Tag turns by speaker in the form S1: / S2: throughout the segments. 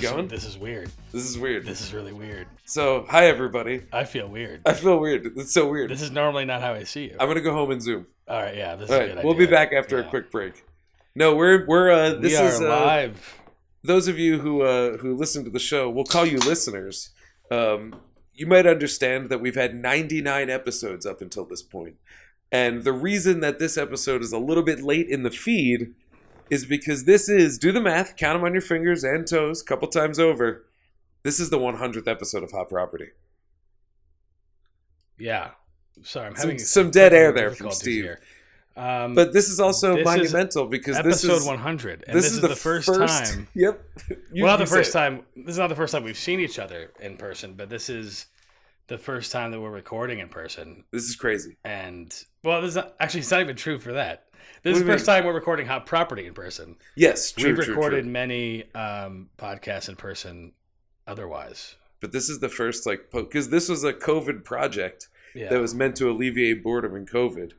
S1: going?
S2: This is weird.
S1: This is weird.
S2: This is really weird.
S1: So, hi everybody.
S2: I feel weird.
S1: I feel weird. It's so weird.
S2: This is normally not how I see you.
S1: I'm gonna go home and zoom.
S2: All right, yeah, this is
S1: All
S2: a good
S1: right, we'll
S2: idea.
S1: be back after
S2: Yeah.
S1: a quick break. No, we're we're uh, this
S2: we are
S1: is uh,
S2: live.
S1: those of you who uh, who listen to the show. We'll call you listeners. Um, you might understand that we've had 99 episodes up until this point, and the reason that this episode is a little bit late in the feed is because this is do the math, count them on your fingers and toes, couple times over. This is the 100th episode of Hot Property.
S2: Yeah. Sorry, I'm
S1: Some-
S2: having
S1: some dead air there from
S2: difficulties
S1: Steve.
S2: here. Um,
S1: But this is also
S2: This is
S1: monumental because this
S2: episode
S1: is
S2: 100, and this, is, the first, time.
S1: Yep. You-
S2: well, not
S1: you
S2: the first
S1: say it.
S2: time. This is not the first time we've seen each other in person, but this is the first time that we're recording in person.
S1: This is crazy.
S2: And well, this is not, actually it's not even true for that. This
S1: What
S2: is
S1: do
S2: the
S1: you
S2: first time we're recording Hot Property in person.
S1: Yes, true,
S2: We've
S1: true, true.
S2: recorded many um, podcasts in person. Otherwise,
S1: But this is the first like because this was a COVID project
S2: yeah,
S1: that was meant to alleviate boredom in COVID,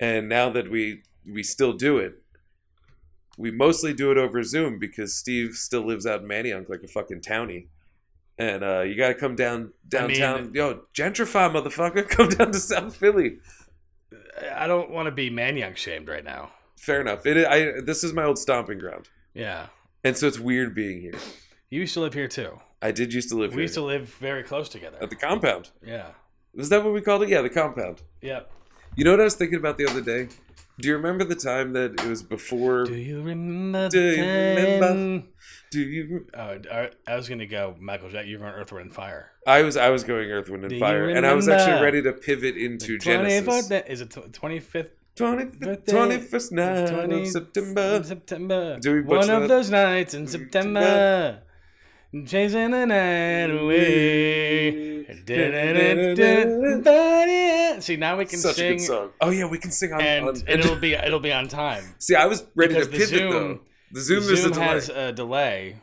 S1: and now that we we still do it, we mostly do it over Zoom because Steve still lives out in Manayunk like a fucking townie, and uh, you got to come down
S2: I mean-
S1: downtown. Yo, gentrify, motherfucker! Come down to South Philly.
S2: I don't want to be Manyang shamed right now.
S1: Fair enough. It I this is my old stomping ground,
S2: Yeah,
S1: and so it's weird being here.
S2: you used to live here too.
S1: I did used to live
S2: We
S1: here
S2: used to live very close together.
S1: at the compound.
S2: yeah.
S1: Is that what we called it? Yeah, the compound.
S2: Yep.
S1: You know what I was thinking about the other day? Do you remember the time that it was before?
S2: Do you remember?
S1: Do you remember?
S2: time-
S1: Do you?
S2: Oh, I- I was gonna go Michael Jack. You were on Earth, Wind, and Fire.
S1: I was I was going Earth, Wind,
S2: Do
S1: and
S2: you
S1: Fire, and I was
S2: remember?
S1: actually ready to pivot into
S2: 24th
S1: Genesis.
S2: da- is it twenty fifth?
S1: 25th,
S2: Birthday.
S1: 21st night
S2: Uh,
S1: of September.
S2: September.
S1: Do we
S2: One
S1: butcher
S2: of
S1: that?
S2: those nights in September. Chasing the night away. See now we can
S1: Such a
S2: sing
S1: good song. Oh yeah, we can sing on.
S2: and,
S1: on-
S2: and it'll be it'll be on time.
S1: see, I was ready to
S2: because the
S1: pivot
S2: Zoom-
S1: though. The Zoom, there's a
S2: Zoom
S1: delay.
S2: has a delay.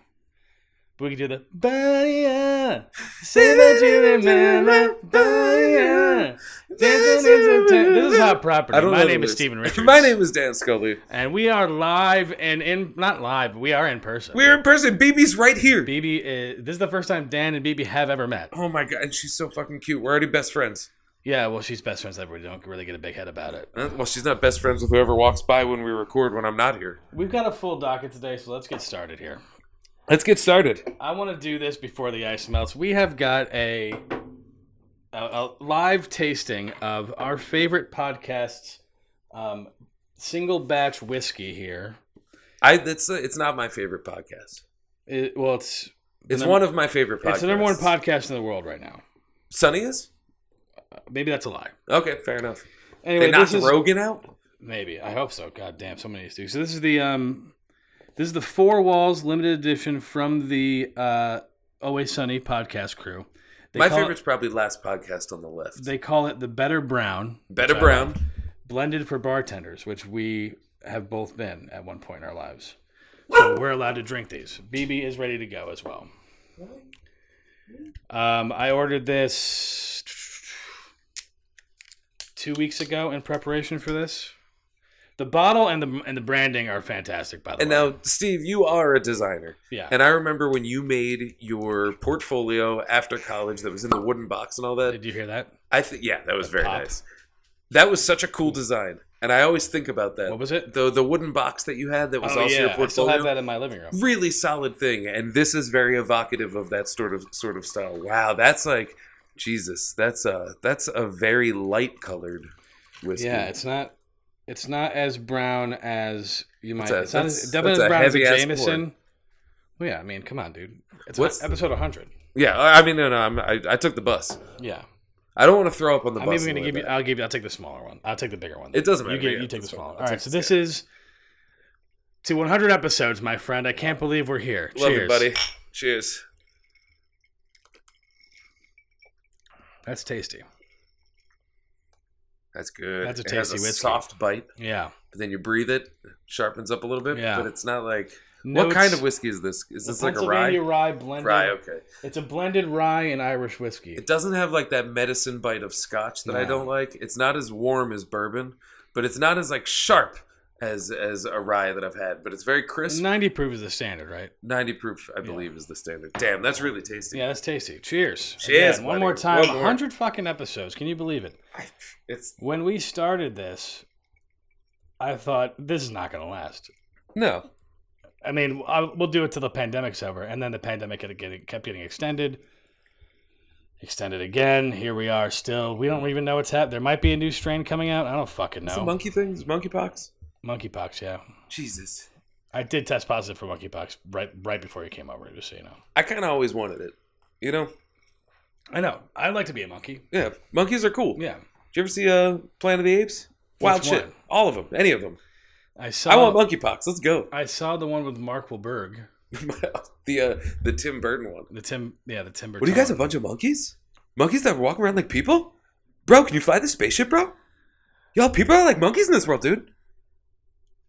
S2: But we can do the Bania. Say that you remember Bania. This is hot property.
S1: I don't
S2: My
S1: know
S2: name
S1: the
S2: is
S1: lyrics.
S2: Stephen Richards.
S1: My name is Dan Scully.
S2: And we are live and in not live, but we are in person.
S1: We're in person. BB's right here.
S2: BB is, this is the first time Dan and BB have ever met.
S1: Oh my god, and she's so fucking cute. We're already best friends.
S2: Yeah, well she's best friends ever. We don't really get a big head about it.
S1: Uh, Well, she's not best friends with whoever walks by when we record when I'm not here.
S2: We've got a full docket today, so let's get started here.
S1: Let's get started.
S2: I want to do this before the ice melts. We have got a a, a live tasting of our favorite podcast's um, single batch whiskey here.
S1: I that's uh, it's not my favorite podcast.
S2: It, well, it's the
S1: It's
S2: num-
S1: one of my favorite podcasts.
S2: It's the number one podcast in the world right now.
S1: Sunny is
S2: Maybe that's a lie.
S1: okay. Fair enough.
S2: Anyway,
S1: they knocked
S2: this is,
S1: Rogan out.
S2: Maybe. I hope so. God damn, so many do. So this is the um this is the Four Walls limited edition from the uh Always Sunny podcast crew. They
S1: My
S2: call
S1: favorite's probably last podcast on the left.
S2: It, they call it the Better Brown.
S1: Better
S2: which I
S1: Brown.
S2: blended for bartenders, which we have both been at one point in our lives. So we're allowed to drink these. BB is ready to go as well. Um, I ordered this two weeks ago in preparation for this. The bottle and the and the branding are fantastic, by the
S1: And
S2: way.
S1: now, Steve, you are a designer,
S2: yeah,
S1: and I remember when you made your portfolio after college that was in the wooden box and all that.
S2: did you hear that?
S1: I think yeah, that was very
S2: pop.
S1: nice. That was such a cool design, and I always think about that.
S2: What was it?
S1: the the wooden box that you had that was
S2: Oh
S1: also your
S2: yeah,
S1: portfolio?
S2: I still have that in my living room.
S1: really solid thing and this is very evocative of that sort of sort of style wow that's like jesus that's a that's a very light colored whiskey
S2: Yeah, it's not. It's not as brown as you might.
S1: That's a-
S2: it's not
S1: that's-
S2: as, definitely
S1: that's
S2: as
S1: a
S2: brown as a
S1: heavy-ass
S2: Jameson. Well, yeah, I mean, come on, dude. It's
S1: What's-
S2: episode 100.
S1: yeah i I mean no no I'm, I, I took the bus
S2: Yeah,
S1: i don't want to throw up on the
S2: I'm
S1: bus
S2: even
S1: on
S2: gonna
S1: the way
S2: give you.
S1: back.
S2: I'll give you. I'll take the smaller one. I'll take the bigger one.
S1: It doesn't matter,
S2: You, get,
S1: yeah,
S2: you take the
S1: that's fine.
S2: smaller.
S1: I'll
S2: All right,
S1: take
S2: so
S1: this,
S2: this is to 100 episodes, my friend. I can't believe we're here.
S1: love
S2: Cheers,
S1: you buddy cheers
S2: That's tasty.
S1: that's good
S2: That's a
S1: It has
S2: tasty whiskey.
S1: soft bite
S2: Yeah.
S1: but then you breathe it sharpens up a little bit
S2: Yeah.
S1: but it's not like what
S2: Notes-
S1: kind of whiskey is this is
S2: the
S1: this like a
S2: Pennsylvania
S1: rye
S2: rye blended.
S1: rye okay
S2: It's a blended rye and Irish whiskey.
S1: It doesn't have like that medicine bite of scotch that I
S2: No.
S1: don't like. It's not as warm as bourbon, but it's not as like sharp as as a rye that I've had, but it's very crisp.
S2: 90 proof is the standard, right?
S1: 90 proof, I believe, is the standard. Damn, that's really tasty.
S2: Yeah, that's tasty. Cheers.
S1: Cheers,
S2: Again, one
S1: buddy.
S2: more time.
S1: One more.
S2: 100 fucking episodes. Can you believe it?
S1: I- It's
S2: When we started this, I thought this is not going to last.
S1: no.
S2: I mean, I, we'll do it till the pandemic's over, and then the pandemic kept getting, kept getting extended, extended again. Here we are, still. We don't even know what's happening. There might be a new strain coming out. I don't fucking
S1: It's the
S2: know.
S1: monkey things, monkeypox.
S2: monkeypox, yeah.
S1: Jesus,
S2: I did test positive for monkeypox right right before you came over, just so you know.
S1: I kind of always wanted it. You know,
S2: I know. I'd like to be a monkey.
S1: yeah, monkeys are cool.
S2: Yeah,
S1: Did you ever see uh, Planet of the Apes? Wild
S2: Which
S1: shit,
S2: one?
S1: all of them, any of them.
S2: I
S1: I
S2: saw.
S1: want monkeypox. Let's go.
S2: I saw the one with Mark Wahlberg,
S1: the uh, the Tim Burton one.
S2: the Tim. Yeah, the Timber.
S1: What are you guys a
S2: Tom.
S1: bunch of monkeys? Monkeys that walk around like people? Bro, can you fly the spaceship, bro? Y'all, people are like monkeys in this world, dude.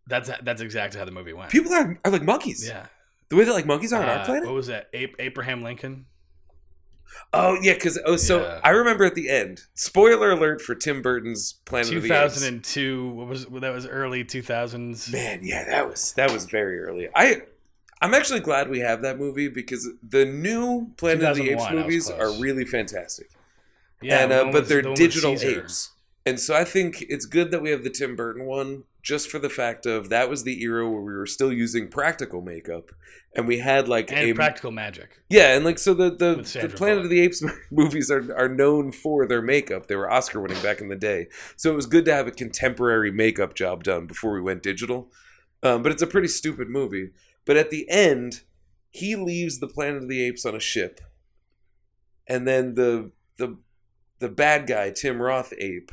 S2: That's that's exactly how the movie went.
S1: People are, are like monkeys.
S2: Yeah.
S1: The way that like monkeys are on
S2: Uh,
S1: our planet.
S2: What was that? Ape, Abraham Lincoln.
S1: Oh yeah, because oh so
S2: Yeah.
S1: I remember at the end. Spoiler alert for Tim Burton's Planet of the Apes.
S2: 2002 what was well, that was early 2000s
S1: Man, yeah, that was that was very early. I I'm actually glad we have that movie because the new Planet of the Apes
S2: 2001, I was
S1: movies
S2: close.
S1: are really fantastic.
S2: yeah
S1: and
S2: the
S1: uh,
S2: one
S1: but
S2: with-
S1: they're
S2: the one with
S1: digital
S2: Caesar.
S1: apes. And so I think it's good that we have the Tim Burton one just for the fact of that was the era where we were still using practical makeup and we had like
S2: and
S1: a
S2: practical magic
S1: yeah, and like so the the,
S2: With
S1: the
S2: Sandra
S1: Planet
S2: Bullock.
S1: of the Apes movies are are known for their makeup. They were Oscar winning back in the day, so it was good to have a contemporary makeup job done before we went digital. Um, but it's a pretty stupid movie. But at the end, he leaves the Planet of the Apes on a ship, and then the the the bad guy Tim Roth ape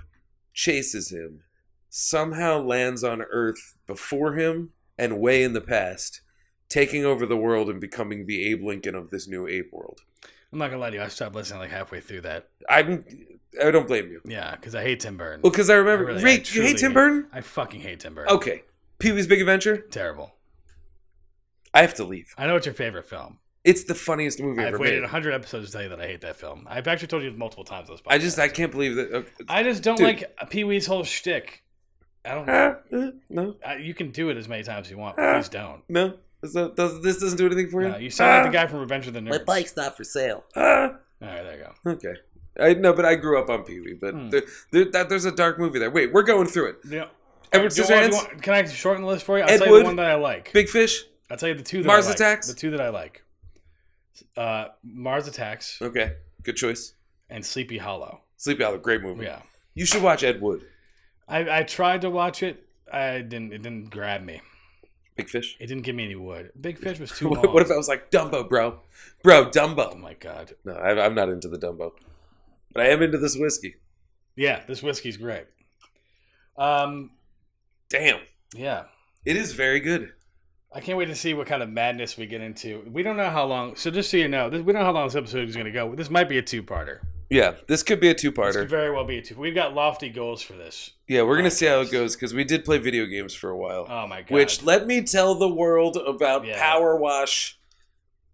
S1: chases him, somehow lands on Earth before him and way in the past, taking over the world and becoming the Abe Lincoln of this new ape world.
S2: i'm not gonna lie to you i stopped listening like halfway through that
S1: I'm I don't blame you.
S2: yeah because i hate tim burton
S1: Well, because I remember.
S2: I really-
S1: Wait,
S2: I
S1: you
S2: truly
S1: hate Tim
S2: hate-
S1: Burton?
S2: i fucking hate tim burton
S1: Okay. Pee Wee's Big Adventure.
S2: terrible
S1: I have to leave.
S2: i know it's your favorite film
S1: It's the funniest movie
S2: i've
S1: ever
S2: waited
S1: made.
S2: 100 episodes to tell you that i hate that film i've actually told you multiple times on this podcast.
S1: I just I can't believe that. uh, okay.
S2: i just don't
S1: Dude.
S2: like pee-wee's whole shtick i don't
S1: Ah, eh, no,
S2: I, Uh, you can do it as many times as you want
S1: Ah.
S2: but please don't
S1: no. Is that- does, this doesn't do anything for you.
S2: no, you sound like
S1: Ah,
S2: the guy from revenge of the nerds
S3: not for sale.
S1: ah.
S2: all right there you go
S1: Okay. I no, but I grew up on Pee Wee. But
S2: Hmm.
S1: there, there, that, there's a dark movie there. Wait, we're going through it.
S2: Yeah.
S1: Edward
S2: Do you want- do
S1: Scissorhands,
S2: you want- can I shorten the list for you? I'll
S1: Ed
S2: tell you
S1: Wood.
S2: the one that I like.
S1: Big Fish.
S2: I'll tell you the two that
S1: Mars
S2: I like.
S1: Attacks.
S2: The two that I like. Uh, Mars Attacks
S1: Okay, good choice.
S2: and Sleepy Hollow.
S1: Sleepy Hollow, great movie.
S2: Yeah.
S1: You should watch Ed Wood.
S2: I, I tried to watch it. I didn't. It didn't grab me.
S1: Big Fish.
S2: It didn't give me any wood. Big Fish was too long.
S1: What, what if I was like Dumbo, bro? Bro,
S2: Oh
S1: Dumbo.
S2: my god.
S1: No, I, I'm not into the Dumbo, but I am into this whiskey.
S2: Yeah, this whiskey's great. Um.
S1: Damn,
S2: Yeah.
S1: it is very good.
S2: I can't wait to see what kind of madness we get into. We don't know how long. So just so you know, this, we don't know how long this episode is going to go. This might be a two-parter.
S1: Yeah, this could be a
S2: This could
S1: two-parter.
S2: very well be a two. We've got lofty goals for this.
S1: Yeah, we're gonna see how it
S2: Podcast.
S1: goes because we did play video games for a while.
S2: Oh my god.
S1: Which let me tell the world about
S2: Yeah.
S1: Power Wash.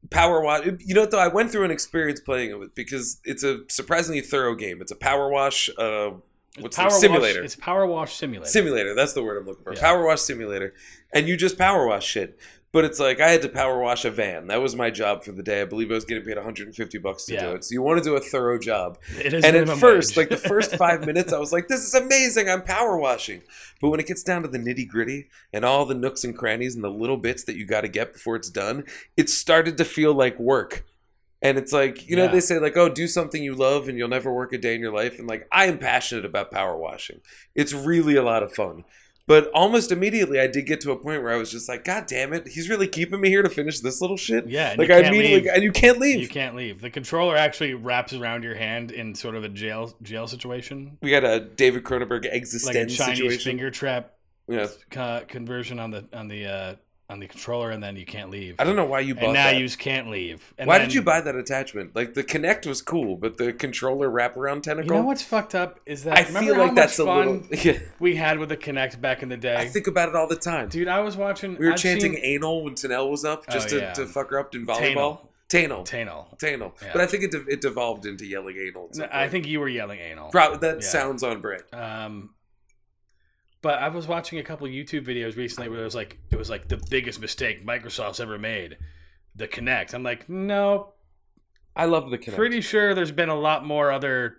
S1: Power Wash. You know, though, I went through an experience playing it with because it's a surprisingly thorough game. It's a Power Wash. Uh, what's the- simulator?
S2: Wash, it's Power Wash Simulator.
S1: Simulator. That's the word I'm looking for.
S2: Yeah.
S1: Power wash simulator, and you just power wash shit. But it's like I had to power wash a van. That was my job for the day. I believe I was getting paid 150 bucks to
S2: Yeah.
S1: do it. So you want to do a thorough job.
S2: it is
S1: and at
S2: minimum wage.
S1: first, like the first five minutes, I was like, "This is amazing! I'm power washing." But when it gets down to the nitty gritty and all the nooks and crannies and the little bits that you got to get before it's done, it started to feel like work. And it's like you know
S2: Yeah.
S1: they say like, "Oh, do something you love, and you'll never work a day in your life." And like, I am passionate about power washing. It's really a lot of fun. But almost immediately, I did get to a point where I was just like, "God damn it! He's really keeping me here to finish this little shit."
S2: yeah, and
S1: Like
S2: you
S1: I
S2: can't
S1: immediately,
S2: leave.
S1: and you can't leave.
S2: you can't leave. The controller actually wraps around your hand in sort of a jail jail situation,
S1: we got a David Cronenberg
S2: like a
S1: existential
S2: Chinese
S1: situation.
S2: finger trap
S1: Yeah.
S2: co- conversion on the on the uh, on the controller, and then you can't leave.
S1: I don't know why you bought
S2: and now
S1: that.
S2: you just can't leave. And
S1: why
S2: then-
S1: did you buy that attachment? Like the Kinect was cool, but the controller wraparound
S2: You
S1: tentacle.
S2: know what's fucked up is that
S1: I
S2: remember
S1: feel
S2: how
S1: like
S2: much
S1: that's a
S2: fun
S1: little. Yeah,
S2: we had with the Connect back in the day.
S1: I think about it all the time.
S2: Dude, I was watching.
S1: we were
S2: I've
S1: chanting
S2: seen
S1: anal when Tanel was up,
S2: Oh,
S1: just to,
S2: yeah.
S1: to fuck her up in volleyball. Tanel,
S2: Tanel.
S1: Tanel.
S2: Yeah.
S1: But I think it, de- it devolved into yelling anal. at some
S2: I
S1: point.
S2: think you were yelling anal.
S1: Pro- that
S2: Yeah.
S1: sounds on brand.
S2: Um, But I was watching a couple YouTube videos recently where it was like it was like the biggest mistake Microsoft's ever made, the Connect. I'm like, no,
S1: I love the Kinect.
S2: pretty sure there's been a lot more other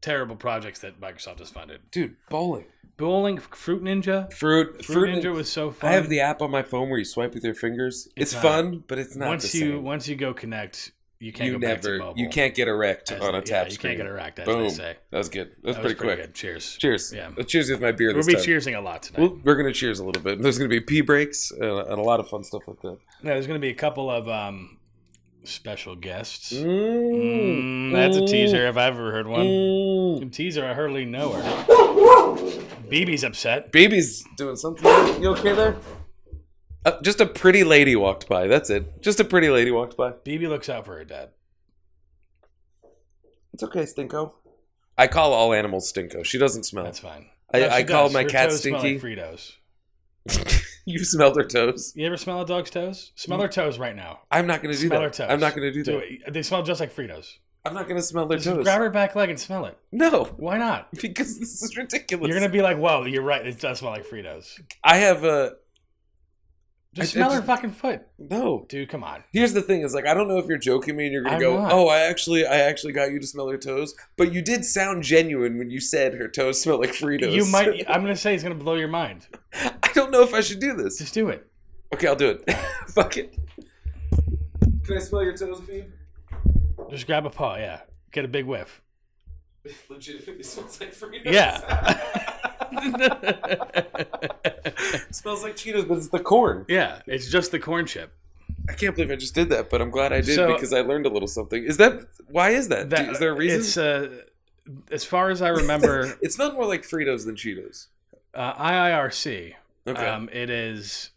S2: terrible projects that Microsoft has funded.
S1: Dude, bowling.
S2: Bowling, Fruit Ninja.
S1: Fruit. Fruit,
S2: Fruit Ninja was so fun.
S1: I have the app on my phone where you swipe with your fingers. It's,
S2: It's not-
S1: fun, but it's not
S2: once
S1: the
S2: you
S1: same.
S2: once you go Connect, you can't
S1: you
S2: go back to
S1: never.
S2: mobile.
S1: You can't get erect
S2: As-
S1: on a
S2: yeah,
S1: tap
S2: you
S1: screen.
S2: can't get erect. As
S1: Boom.
S2: they say.
S1: That was good. That was
S2: That was
S1: pretty, quick.
S2: Good. Cheers.
S1: Cheers.
S2: Yeah.
S1: Let's cheers with my beer
S2: We'll
S1: this
S2: be
S1: time.
S2: cheersing a lot tonight.
S1: Well, we're gonna cheers a little bit. There's gonna be pee breaks and, and a lot of fun stuff like that.
S2: No, there's going to be a couple of um, special guests.
S1: Mm.
S2: Mm, that's a teaser if I've ever heard one.
S1: Mm.
S2: Teaser, I hardly know her. BB's upset.
S1: Baby's doing something. You okay there? Uh, just a pretty lady walked by. That's it. Just a pretty lady walked by.
S2: BB looks out for her dad.
S1: It's okay, Stinko. I call all animals Stinko. She doesn't smell.
S2: That's fine.
S1: Oh. I-
S2: No, she
S1: I call
S2: does.
S1: my
S2: Her
S1: cat
S2: toes smell
S1: Stinky.
S2: Like Fritos.
S1: you smelled her toes.
S2: You ever smell a dog's toes? Smell their toes right now.
S1: I'm not gonna Mm. do
S2: Smell
S1: that.
S2: her toes.
S1: I'm not gonna do,
S2: Do
S1: that.
S2: it. They smell just like Fritos.
S1: I'm not gonna smell their
S2: Just
S1: toes.
S2: grab her back leg and smell it.
S1: No,
S2: Why not?
S1: because this is ridiculous.
S2: You're gonna be like, "Whoa, you're right. It does smell like Fritos."
S1: I have a
S2: Just
S1: I- I
S2: smell her
S1: just-
S2: fucking foot,
S1: no.
S2: dude. Come on.
S1: Here's the thing: is like I don't know if you're joking me and you're gonna
S2: I'm
S1: go,
S2: not.
S1: "Oh, I actually, I actually got you to smell her toes," but you did sound genuine when you said her toes smell like Fritos.
S2: You might. I'm gonna say it's gonna blow your mind.
S1: I don't know if I should do this.
S2: Just do it.
S1: Okay, I'll do it. Fuck it. Can I smell your toes, babe?
S2: Just grab a paw. Yeah. Get a big whiff.
S1: It legitimately smells like Fritos.
S2: Yeah.
S1: smells like Cheetos, but it's the corn.
S2: yeah. It's just the corn chip.
S1: I can't believe I just did that, but I'm glad I did
S2: So-
S1: because I learned a little something. Is that why is that? Do-
S2: That-
S1: Is there a reason?
S2: It's uh, as far as I remember,
S1: it smelled more like Fritos than Cheetos.
S2: uh, IIRC.
S1: Okay.
S2: Um, it is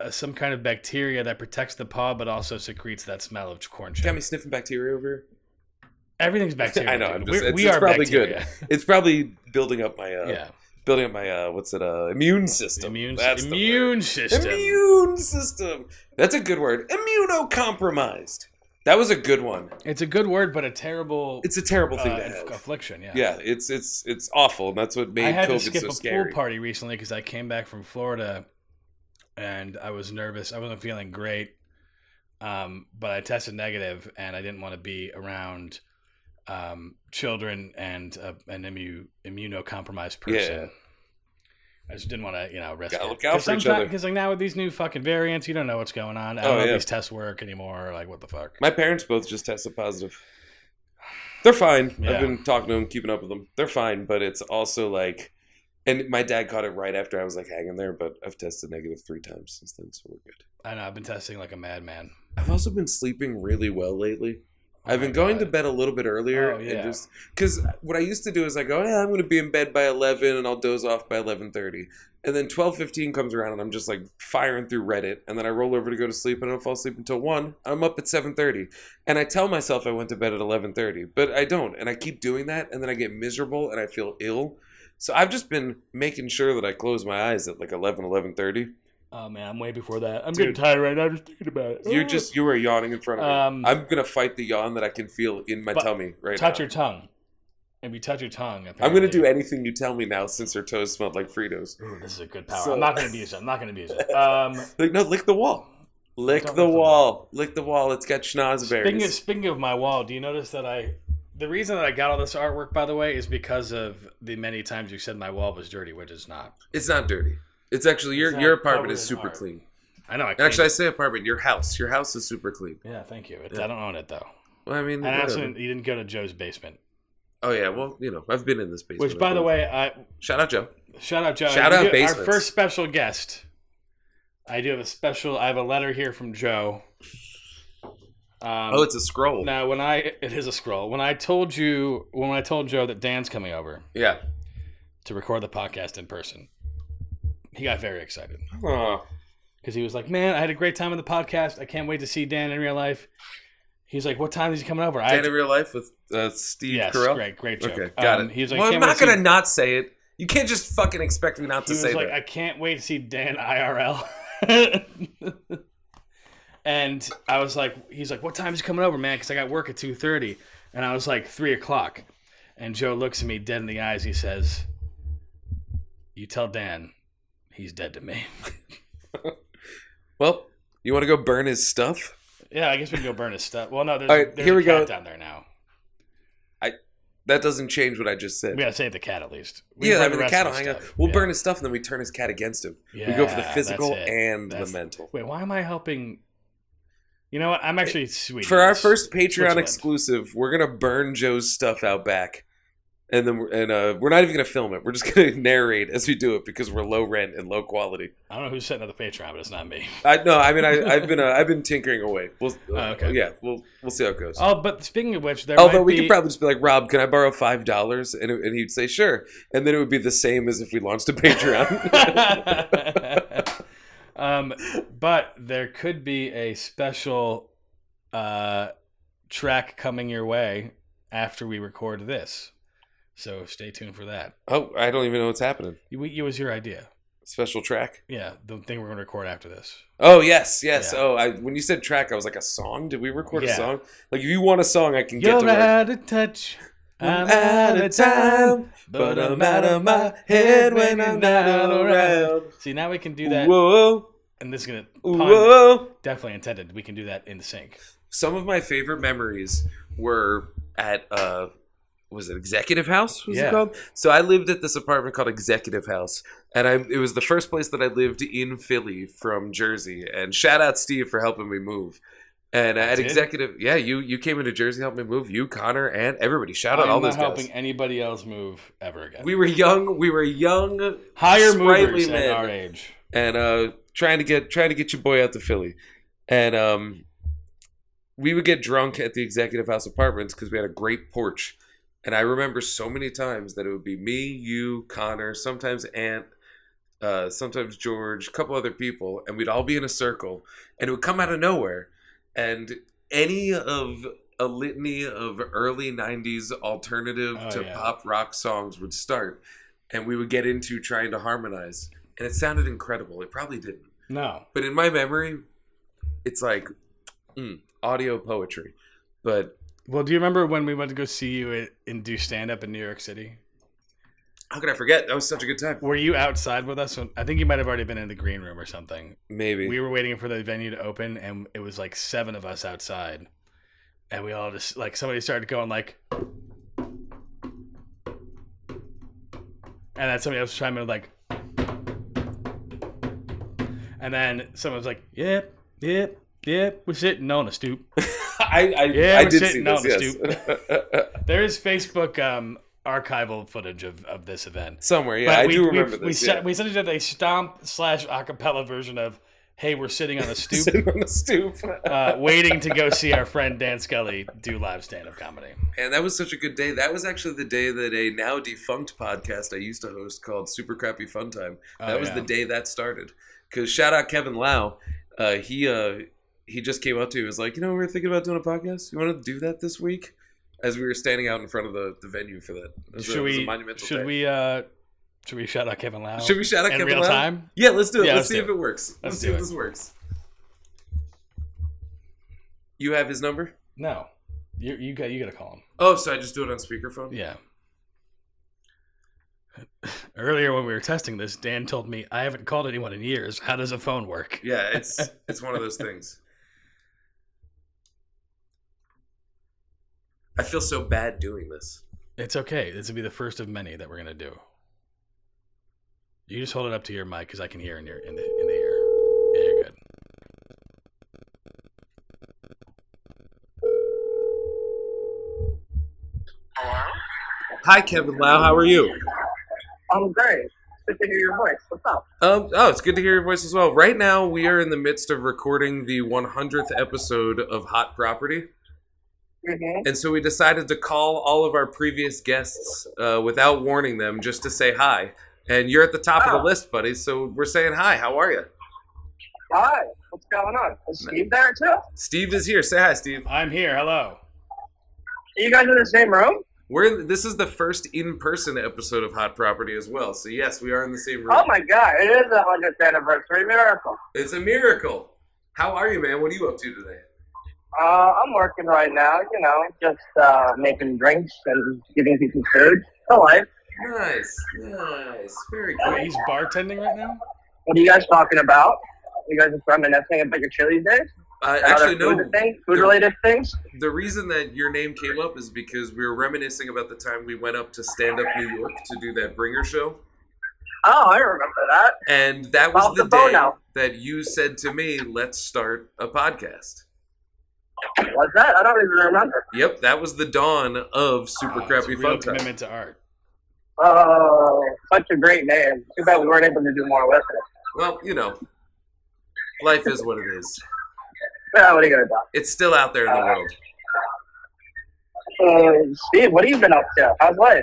S2: uh, some kind of bacteria that protects the paw, but also secretes that smell of corn chip.
S1: Got me sniffing bacteria over here.
S2: Everything's bacteria.
S1: I know, I'm
S2: dude.
S1: just-
S2: We're-
S1: it's-
S2: we
S1: it's
S2: are
S1: probably good.
S2: bacteria.
S1: It's probably building up my uh,
S2: yeah.
S1: building up my uh, what's it uh, immune system.
S2: Immune,
S1: That's the word.
S2: immune system.
S1: Immune system. That's a good word. Immunocompromised. That was a good one.
S2: It's a good word, but a terrible
S1: It's a terrible
S2: uh,
S1: thing to
S2: aff-
S1: have.
S2: affliction. Yeah.
S1: Yeah, it's it's it's awful, and that's what made
S2: I had to
S1: COVID
S2: skip
S1: so
S2: a
S1: scary.
S2: pool party recently because I came back from Florida, and I was nervous. I wasn't feeling great, um, but I tested negative, and I didn't want to be around um, children and uh, an immu- immunocompromised person.
S1: Yeah.
S2: I just didn't want to, you know, risk
S1: Gotta
S2: it.
S1: look out for each other.
S2: Because like now with these new fucking variants, you don't know what's going on. I don't
S1: Oh,
S2: know
S1: yeah.
S2: if these tests work anymore. Like what the fuck?
S1: My parents both just tested positive. They're fine. I've
S2: Yeah.
S1: been talking to them, keeping up with them. They're fine, but it's also like, and my dad caught it right after I was like hanging there. But I've tested negative three times since then, so we're good.
S2: I know I've been testing like a madman.
S1: I've also been sleeping really well lately.
S2: Oh
S1: I've been
S2: my
S1: going
S2: God.
S1: to bed a little bit earlier
S2: Oh,
S1: and
S2: yeah.
S1: just because what I used to do is I go, yeah, I'm going to be in bed by eleven and I'll doze off by eleven thirty, and then twelve fifteen comes around and I'm just like firing through Reddit, and then I roll over to go to sleep and I don't fall asleep until one. I'm up at seven thirty, and I tell myself I went to bed at eleven thirty, but I don't, and I keep doing that, and then I get miserable and I feel ill. So I've just been making sure that I close my eyes at like 11, 11.30.
S2: Oh man, I'm way before that. I'm
S1: Dude.
S2: getting tired right now just thinking about it.
S1: You're just you are yawning in front of me.
S2: um,
S1: I'm gonna fight the yawn that I can feel in my
S2: But-
S1: tummy right
S2: touch
S1: now.
S2: your tongue. If you touch your tongue, apparently.
S1: I'm gonna do anything you tell me now since her toes smelled like Fritos.
S2: Ooh, this is a good power.
S1: So-
S2: I'm not gonna abuse it. I'm not gonna abuse it. Um,
S1: Like no, lick the wall, lick
S2: Don't
S1: the
S2: lick the
S1: wall, lick the wall. It's got
S2: speaking of
S1: schnozberries.
S2: speaking of my wall, do you notice that I? The reason that I got all this artwork, by the way, is because of the many times you said my wall was dirty, which is not.
S1: It's not dirty. It's actually your
S2: It's not
S1: your apartment
S2: covered
S1: is
S2: in
S1: super
S2: art.
S1: clean.
S2: I know. I cleaned
S1: Actually, I
S2: it.
S1: say apartment. Your house. Your house is super clean.
S2: yeah, thank you. It's, I don't own it though.
S1: Well, I mean,
S2: And I also,
S1: Mm-hmm. whatever.
S2: you didn't go to Joe's basement,
S1: oh yeah. Well, you know, I've been in this basement.
S2: which, by the
S1: I've
S2: way, I
S1: been- shout out Joe.
S2: shout out Joe.
S1: Shout
S2: We
S1: out
S2: do- Our
S1: basements.
S2: first special guest. I do have a special. I have a letter here from Joe. Um,
S1: oh, it's a scroll.
S2: Now, when I it is a scroll. When I told you, when I told Joe that Dan's coming over
S1: Yeah.
S2: to record the podcast in person, he got very excited
S1: Aw.
S2: because he was like, "Man, I had a great time on the podcast. I can't wait to see Dan in real life." He's like, "What time is he coming over?"
S1: Dan
S2: I
S1: in real life with uh, Steve
S2: yes,
S1: Carell.
S2: great, great joke.
S1: Okay, got
S2: Um,
S1: it.
S2: He was like,
S1: well,
S2: I
S1: I'm
S2: can't
S1: not
S2: wait to
S1: gonna
S2: see-
S1: not say it. You can't just fucking expect me not to
S2: he
S1: say
S2: was like,
S1: that.
S2: "I can't wait to see Dan IRL." and I was like, "He's like, what time is he coming over, man? Because I got work at 2.30. And I was like, three o'clock. And Joe looks at me dead in the eyes. He says, You tell Dan, he's dead to me.
S1: Well, you want to go burn his stuff?
S2: Yeah, I guess we can go burn his stuff. Well, no, there's,
S1: All right,
S2: there's
S1: here
S2: a
S1: we
S2: cat
S1: go.
S2: down there now.
S1: That doesn't change what I just said.
S2: We gotta save the cat at least. We
S1: yeah,
S2: burn
S1: I mean, the
S2: rest
S1: cat
S2: of
S1: will
S2: his
S1: hang out.
S2: stuff.
S1: We'll
S2: Yeah.
S1: burn his stuff and then we turn his cat against him. we go for
S2: Yeah,
S1: the
S2: that's
S1: physical
S2: it.
S1: and
S2: That's-
S1: the mental.
S2: Wait, why am I helping? You know what? I'm actually sweet.
S1: For our first Patreon
S2: Switzerland.
S1: exclusive, we're gonna burn Joe's stuff out back, and then we're, and uh, we're not even gonna film it. We're just gonna narrate as we do it because we're low rent and low quality.
S2: I don't know who's setting up the Patreon, but it's not me.
S1: I no, I mean I, I've been uh, I've been tinkering away. We'll
S2: Oh, okay.
S1: yeah, we'll we'll see how it goes.
S2: Oh, but speaking of which, there
S1: Although
S2: might
S1: we
S2: be,
S1: could probably just be like, Rob, can I borrow five dollars? And, it- and he'd say, sure. And then it would be the same as if we launched a Patreon.
S2: um, but there could be a special uh, track coming your way after we record this. So stay tuned for that.
S1: oh, I don't even know what's happening.
S2: You, it was your idea.
S1: Special track.
S2: Yeah, the thing we're going to record after this.
S1: Oh yes, yes.
S2: Yeah.
S1: Oh, I, when you said track, I was like, a song? Did we record
S2: Yeah.
S1: a song? Like, if you want a song, I can get to
S2: You're
S1: work.
S2: out of touch. I'm out of time,
S1: but I'm out of my head when I'm not around.
S2: See, now we can do that,
S1: Whoa,
S2: and this is gonna pun
S1: whoa.
S2: definitely intended. We can do that in sync.
S1: Some of my favorite memories were at uh was it Executive House? Was
S2: Yeah.
S1: it called? So I lived at this apartment called Executive House, and I it was the first place that I lived in Philly from Jersey. And shout out Steve for helping me move. And uh, at
S2: did?
S1: Executive, yeah, you you came into Jersey, helped me move. You, Connor, and everybody. Shout out
S2: I'm
S1: all
S2: not
S1: those guys.
S2: helping anybody else move ever again.
S1: We were young. We were young
S2: higher
S1: sprightly
S2: movers
S1: men.
S2: at our age.
S1: and uh, trying to get trying to get your boy out to Philly, and um, we would get drunk at the executive house apartments because we had a great porch, and I remember so many times that it would be me, you, Connor, sometimes Aunt. Uh, sometimes George, a couple other people, and we'd all be in a circle, and it would come out of nowhere. And any of a litany of early 90s alternative
S2: Oh,
S1: to
S2: yeah.
S1: pop rock songs would start, and we would get into trying to harmonize and it sounded incredible. It probably didn't,
S2: No,
S1: but in my memory, it's like mm, audio poetry. But
S2: well, do you remember when we went to go see you at- and do stand up in New York City?
S1: how could I forget? That was such a good time.
S2: Were you outside with us? When, I think you might have already been in the green room or something.
S1: Maybe
S2: We were waiting for the venue to open, and it was like seven of us outside, and we all just like somebody started going like, and then somebody else chimed in like, and then someone was like, "Yep, yep, yep, we're sitting on a stoop."
S1: I I,
S2: Yeah,
S1: I
S2: we're
S1: did see
S2: sitting on
S1: this.
S2: the
S1: Yes.
S2: There is Facebook um, archival footage of, of this event.
S1: Somewhere, yeah, I
S2: we,
S1: do remember
S2: we,
S1: this.
S2: We,
S1: yeah.
S2: set- we essentially did a stomp slash acapella version of "Hey, we're sitting on a stoop."
S1: Sitting on the stoop,
S2: uh, waiting to go see our friend Dan Scully do live stand-up comedy.
S1: and that was such a good day. That was actually the day that a now defunct podcast I used to host called Super Crappy Fun Time
S2: Oh,
S1: that was the day that started. Because shout out Kevin Lau, uh, he uh, he just came up to me and was like, you know, we were thinking about doing a podcast. You want to do that this week? As we were standing out in front of the, the venue for that, It was a-
S2: Should
S1: it was a
S2: we?
S1: monumental
S2: Should
S1: day.
S2: we? Uh, should we shout out Kevin Lau?
S1: Should we shout out
S2: in
S1: Kevin
S2: real
S1: Lau?
S2: time?
S1: Yeah, let's do it.
S2: Yeah,
S1: let's,
S2: let's
S1: see
S2: do
S1: if
S2: it.
S1: it, works. Let's,
S2: do
S1: see if
S2: it.
S1: this works. You have his number?
S2: No, you you got you got to call him.
S1: Oh, so I just do it on speakerphone?
S2: Yeah. Earlier when we were testing this, Dan told me I haven't called anyone in years. How does a phone work?
S1: Yeah, it's it's one of those things. I feel so bad doing this.
S2: It's okay. This will be the first of many that we're gonna do. You just hold it up to your mic because I can hear in your in the in the ear. Yeah, you're good.
S3: Hello?
S1: Hi, Kevin Lau. How are you?
S3: I'm great. Good to hear your voice. What's up?
S1: Um, oh, it's good to hear your voice as well. Right now, we are in the midst of recording the 100th episode of Hot Property.
S3: Mm-hmm.
S1: And so we decided to call all of our previous guests uh, without warning them just to say hi. And you're at the top of
S3: Oh.
S1: the list, buddy. So we're saying hi. How are you?
S3: Hi. What's going on? Is Steve there too?
S1: Steve is here. Say hi, Steve.
S2: I'm here. Hello.
S3: You guys in the same room?
S1: We're in, this is the first in-person episode of Hot Property as well. So yes, we are in the same room.
S3: Oh my god, it is the hundredth anniversary miracle.
S1: It's a miracle. How are you, man? What are you up to today?
S3: Uh, I'm working right now, you know, just uh, making drinks and giving people food. The life.
S1: Nice, nice, very
S2: Wait,
S1: good.
S2: he's bartending right now.
S3: What are you guys talking about? You guys just reminiscing about your Chili's days?
S1: Uh,
S3: And
S1: actually,
S3: other food
S1: no.
S3: things, food related things.
S1: The reason that your name came up is because we were reminiscing about the time we went up to Stand Up New York to do that Bringer show,
S3: Oh, I remember that.
S1: and that was
S3: Off
S1: the,
S3: the phone
S1: day
S3: now.
S1: that you said to me, "Let's start a podcast."
S3: Was that? I don't even remember.
S1: Yep, that was the dawn of Super
S2: Wow,
S1: Crappy
S2: it's a real
S1: Fun Time.
S2: commitment to art.
S3: Oh, such a great name. Too bad we weren't able to do more with it.
S1: Well, you know, life is what it is.
S3: Yeah, what are you gonna do?
S1: It's still out there in the world.
S3: Uh, Steve, what have you been up to? How's life?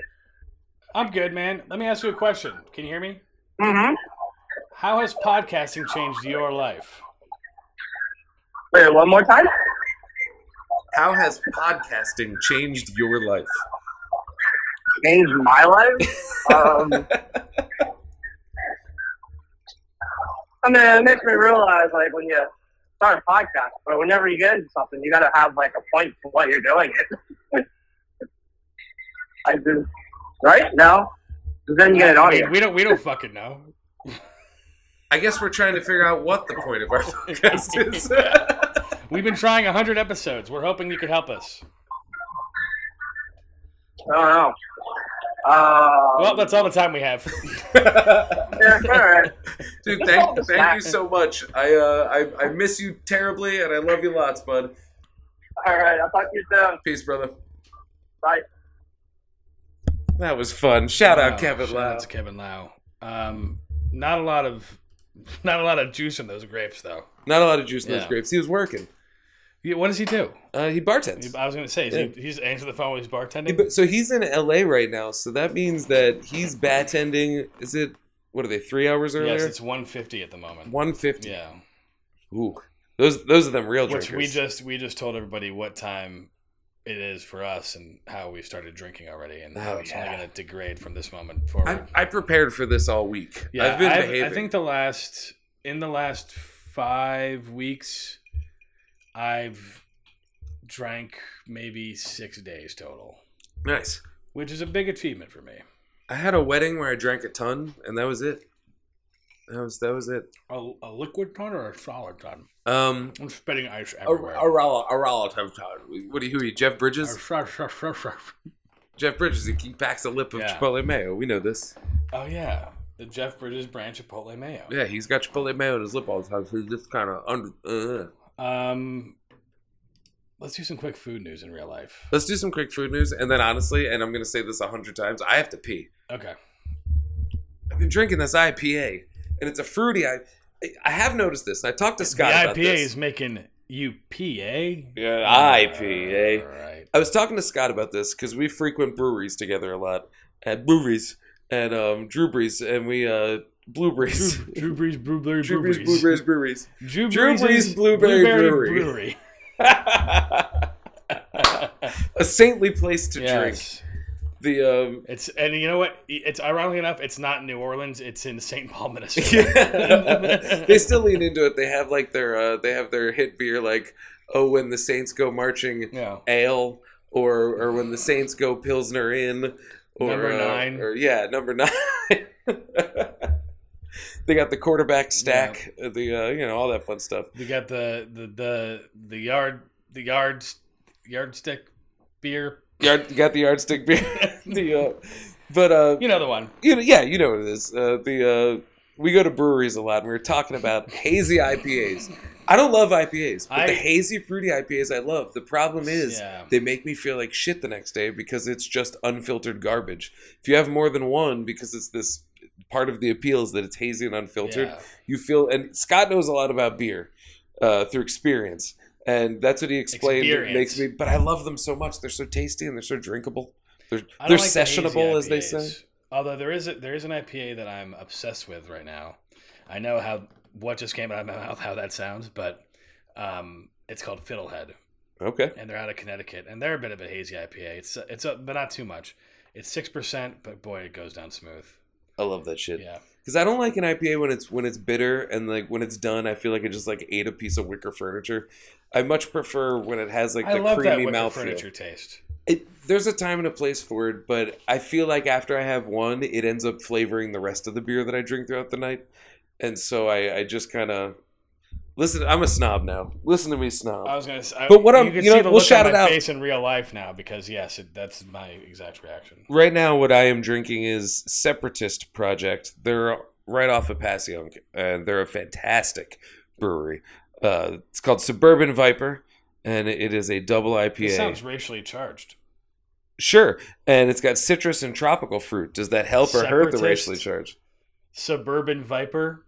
S2: I'm good, man. Let me ask you a question. Can you hear me?
S3: Mm-hmm.
S2: How has podcasting changed your life?
S3: Wait, one more time?
S1: How has podcasting changed your life?
S3: Changed my life? um, I mean, it makes me realize, like, when you start a podcast, or whenever you get into something, you gotta have, like, a point for what you're doing it. I just, right? No? 'Cause Then you get an
S2: I mean,
S3: audience.
S2: we don't we don't fucking know.
S1: I guess we're trying to figure out what the point of our podcast is.
S2: We've been trying 100 episodes. We're hoping you could help us.
S3: I don't know. Uh,
S2: Well, that's all the time we have.
S3: yeah, all right.
S1: Dude, thank, thank you so much. I, uh, I I miss you terribly, and I love you lots, bud.
S3: All right. I'll talk to you soon.
S1: Peace, brother.
S3: Bye.
S1: That was fun. Shout
S2: Wow,
S1: out Kevin
S2: Oh, shout
S1: Lau.
S2: out to Kevin Lau. Um, not a lot of not a lot of juice in those grapes, though.
S1: Not a lot of juice in
S2: Yeah.
S1: those grapes. He was working.
S2: Yeah, What does he do?
S1: Uh, he bartends.
S2: I was going to say, is he, he's answering the phone while he's
S1: Yeah,
S2: bartending.
S1: but- So he's in LA right now. So that means that he's bartending. Is it what are they? Three hours
S2: Yes,
S1: earlier.
S2: it's 150 at the moment.
S1: One fifty.
S2: Yeah,
S1: Ooh, those those are them real
S2: which
S1: drinkers.
S2: we just we just told everybody what time it is for us and how we've started drinking already, and how
S1: Oh,
S2: it's
S1: yeah.
S2: only going to degrade from this moment forward.
S1: I, I prepared for this all week.
S2: Yeah,
S1: I've been
S2: I've-
S1: behaving.
S2: I think the last in the last five weeks, I've drank maybe six days total,
S1: nice.
S2: which is a big achievement for me.
S1: I had a wedding where I drank a ton, and that was it. That was that was it.
S2: A, a liquid ton or a solid ton?
S1: Um,
S2: I'm spitting ice
S1: a, a,
S2: everywhere.
S1: rel- a relative ton. What do you? Who are you? Jeff Bridges.
S2: Oh
S1: Jeff Bridges. He, he packs a lip of
S2: Yeah.
S1: Chipotle mayo. We know this.
S2: Oh, yeah, the Jeff Bridges brand Chipotle mayo.
S1: Yeah, he's got Chipotle mayo in his lip all the time. So he's just kind of under. Uh.
S2: Um, let's do some quick food news in real life.
S1: Let's do some quick food news, and then honestly, and I'm gonna say this a hundred times, I have to pee.
S2: Okay,
S1: I've been drinking this IPA, and it's a fruity. I I have noticed this. and I talked to Scott
S2: the
S1: about
S2: IPA
S1: this.
S2: is making UPA.
S1: Yeah, IPA.
S2: All right.
S1: I was talking to Scott about this because we frequent breweries together a lot at breweries and um, Drew Brees and we uh, Blueberries.
S2: Drew, Drew Brees, Brew Brees,
S1: Drew
S2: Drew
S1: Brees,
S2: Brees,
S1: Blueberries, Breweries.
S2: Drew
S1: Drew
S2: Brees'
S1: Brees Blueberry Brewery. a saintly place to drink.
S2: yes.
S1: The um,
S2: It's and you know what? It's ironically enough, it's not New Orleans. It's in St. Paul, Minnesota.
S1: yeah. they still lean into it. They have like their uh, they have their hit beer like oh when the Saints go marching
S2: yeah.
S1: ale or or when the Saints go Pilsner in or
S2: Number
S1: uh,
S2: nine.
S1: or yeah number nine. they got the quarterback stack, uh, the uh, you know all that fun stuff.
S2: We got the the the the yard the yards yardstick beer.
S1: Yard, you got the yardstick beer, the uh, but uh,
S2: You know the one.
S1: you know, yeah, you know what it is. Uh, the uh, we go to breweries a lot, and we were talking about hazy IPAs. I don't love IPAs, but
S2: I-
S1: the hazy fruity IPAs I love. The problem is
S2: Yeah.
S1: they make me feel like shit the next day because it's just unfiltered garbage. If you have more than one, because it's this part of the appeal is that it's hazy and unfiltered,
S2: Yeah.
S1: you feel. And Scott knows a lot about beer uh, through experience. And that's what he explained. It
S2: Experience.
S1: makes me, but I love them so much. They're so tasty and they're so drinkable. They're
S2: I
S1: they're
S2: don't like the hazy
S1: sessionable, as they
S2: IPAs.
S1: say.
S2: Although there is a, there is an IPA that I'm obsessed with right now. I know how what just came out of my mouth how that sounds, but um, it's called Fiddlehead.
S1: Okay.
S2: and they're out of Connecticut, and they're a bit of a hazy IPA. It's it's a, but not too much. It's six percent, but boy, it goes down smooth.
S1: I love that shit.
S2: Yeah,
S1: Because I don't like an IPA when it's when it's bitter and like when it's done, I feel like I just like ate a piece of wicker furniture. I much prefer when it has like
S2: I
S1: the
S2: love that
S1: creamy
S2: wicker
S1: mouthfeel.
S2: furniture taste.
S1: It, there's a time and a place for it, but I feel like after I have one, it ends up flavoring the rest of the beer that I drink throughout the night, and so I, I just kind of listen. I'm a snob now. Listen to me, snob.
S2: I was gonna. Say,
S1: But what I'm-
S2: can
S1: you know,
S2: see the
S1: we'll
S2: look
S1: shout
S2: on
S1: it
S2: my
S1: out.
S2: Face in real life now, because yes, it, that's my exact reaction.
S1: right now what i am drinking is separatist project they're right off of passyunk and they're a fantastic brewery uh, it's called suburban viper and it is a double
S2: It
S1: ipa
S2: sounds racially charged.
S1: sure and it's got citrus and tropical fruit does that help or hurt the
S2: Separatist?
S1: racially charged
S2: Suburban Viper.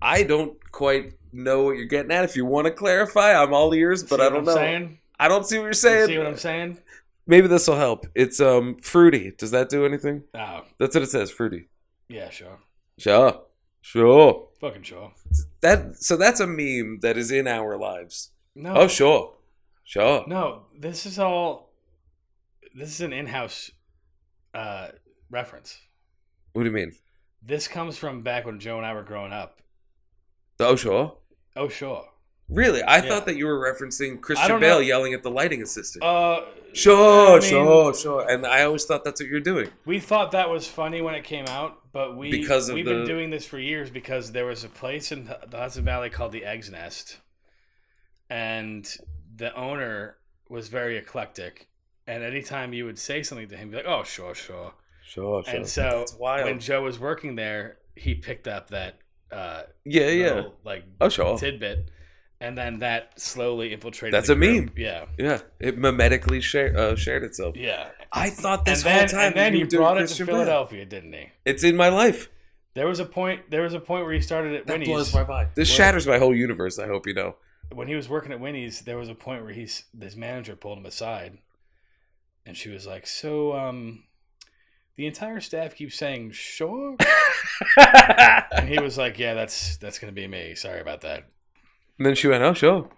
S1: i don't quite know what you're getting at if you want to clarify i'm all ears but
S2: See
S1: i
S2: what
S1: don't
S2: I'm
S1: know
S2: Saying?
S1: i don't see what you're
S2: You
S1: saying
S2: See what I'm saying?
S1: maybe this will help it's um fruity does that do anything
S2: Oh,
S1: that's what it says fruity
S2: yeah, sure.
S1: sure sure
S2: Fucking sure.
S1: That so that's a meme that is in our lives.
S2: No.
S1: Oh, sure, sure.
S2: No, this is all. This is an in-house uh, reference.
S1: What do you mean?
S2: This comes from back when Joe and I were growing up.
S1: Oh, sure.
S2: Oh sure.
S1: Really? I
S2: Yeah.
S1: thought that you were referencing
S2: I
S1: Christian
S2: don't
S1: Bale
S2: know.
S1: yelling at the lighting assistant.
S2: Uh,
S1: sure,
S2: I mean-
S1: sure, sure. And I always thought that's what you're doing.
S2: We thought that was funny when it came out, but we
S1: Because of
S2: we've
S1: the-
S2: been doing this for years because there was a place in the the Hudson Valley called the Egg's Nest, and the owner was very eclectic. And anytime you would say something to him, he'd be like, "Oh, sure, sure."
S1: Sure,
S2: And so
S1: That's wild.
S2: when Joe was working there, he picked up that uh,
S1: yeah, yeah.
S2: little, like
S1: Oh, sure.
S2: tidbit, and then that slowly infiltrated.
S1: That's
S2: the
S1: a
S2: group.
S1: meme.
S2: Yeah,
S1: Yeah, it mimetically share, uh, shared itself.
S2: yeah.
S1: I thought
S2: And
S1: this
S2: then,
S1: whole time
S2: and then
S1: you
S2: he
S1: were doing
S2: brought it to
S1: Christian Bale.
S2: Philadelphia, didn't he?
S1: It's in my life.
S2: There was a point. There was a point where he started at Winnie's.
S1: mind. This
S2: What?
S1: shatters my whole universe. I hope you know.
S2: when he was working at Winnie's, there was a point where he's his manager pulled him aside, and she was like, "So, um, the entire staff keeps saying sure,"
S1: and
S2: and he was like, "Yeah, that's that's gonna be me. Sorry about that."
S1: then she went, "Oh, sure."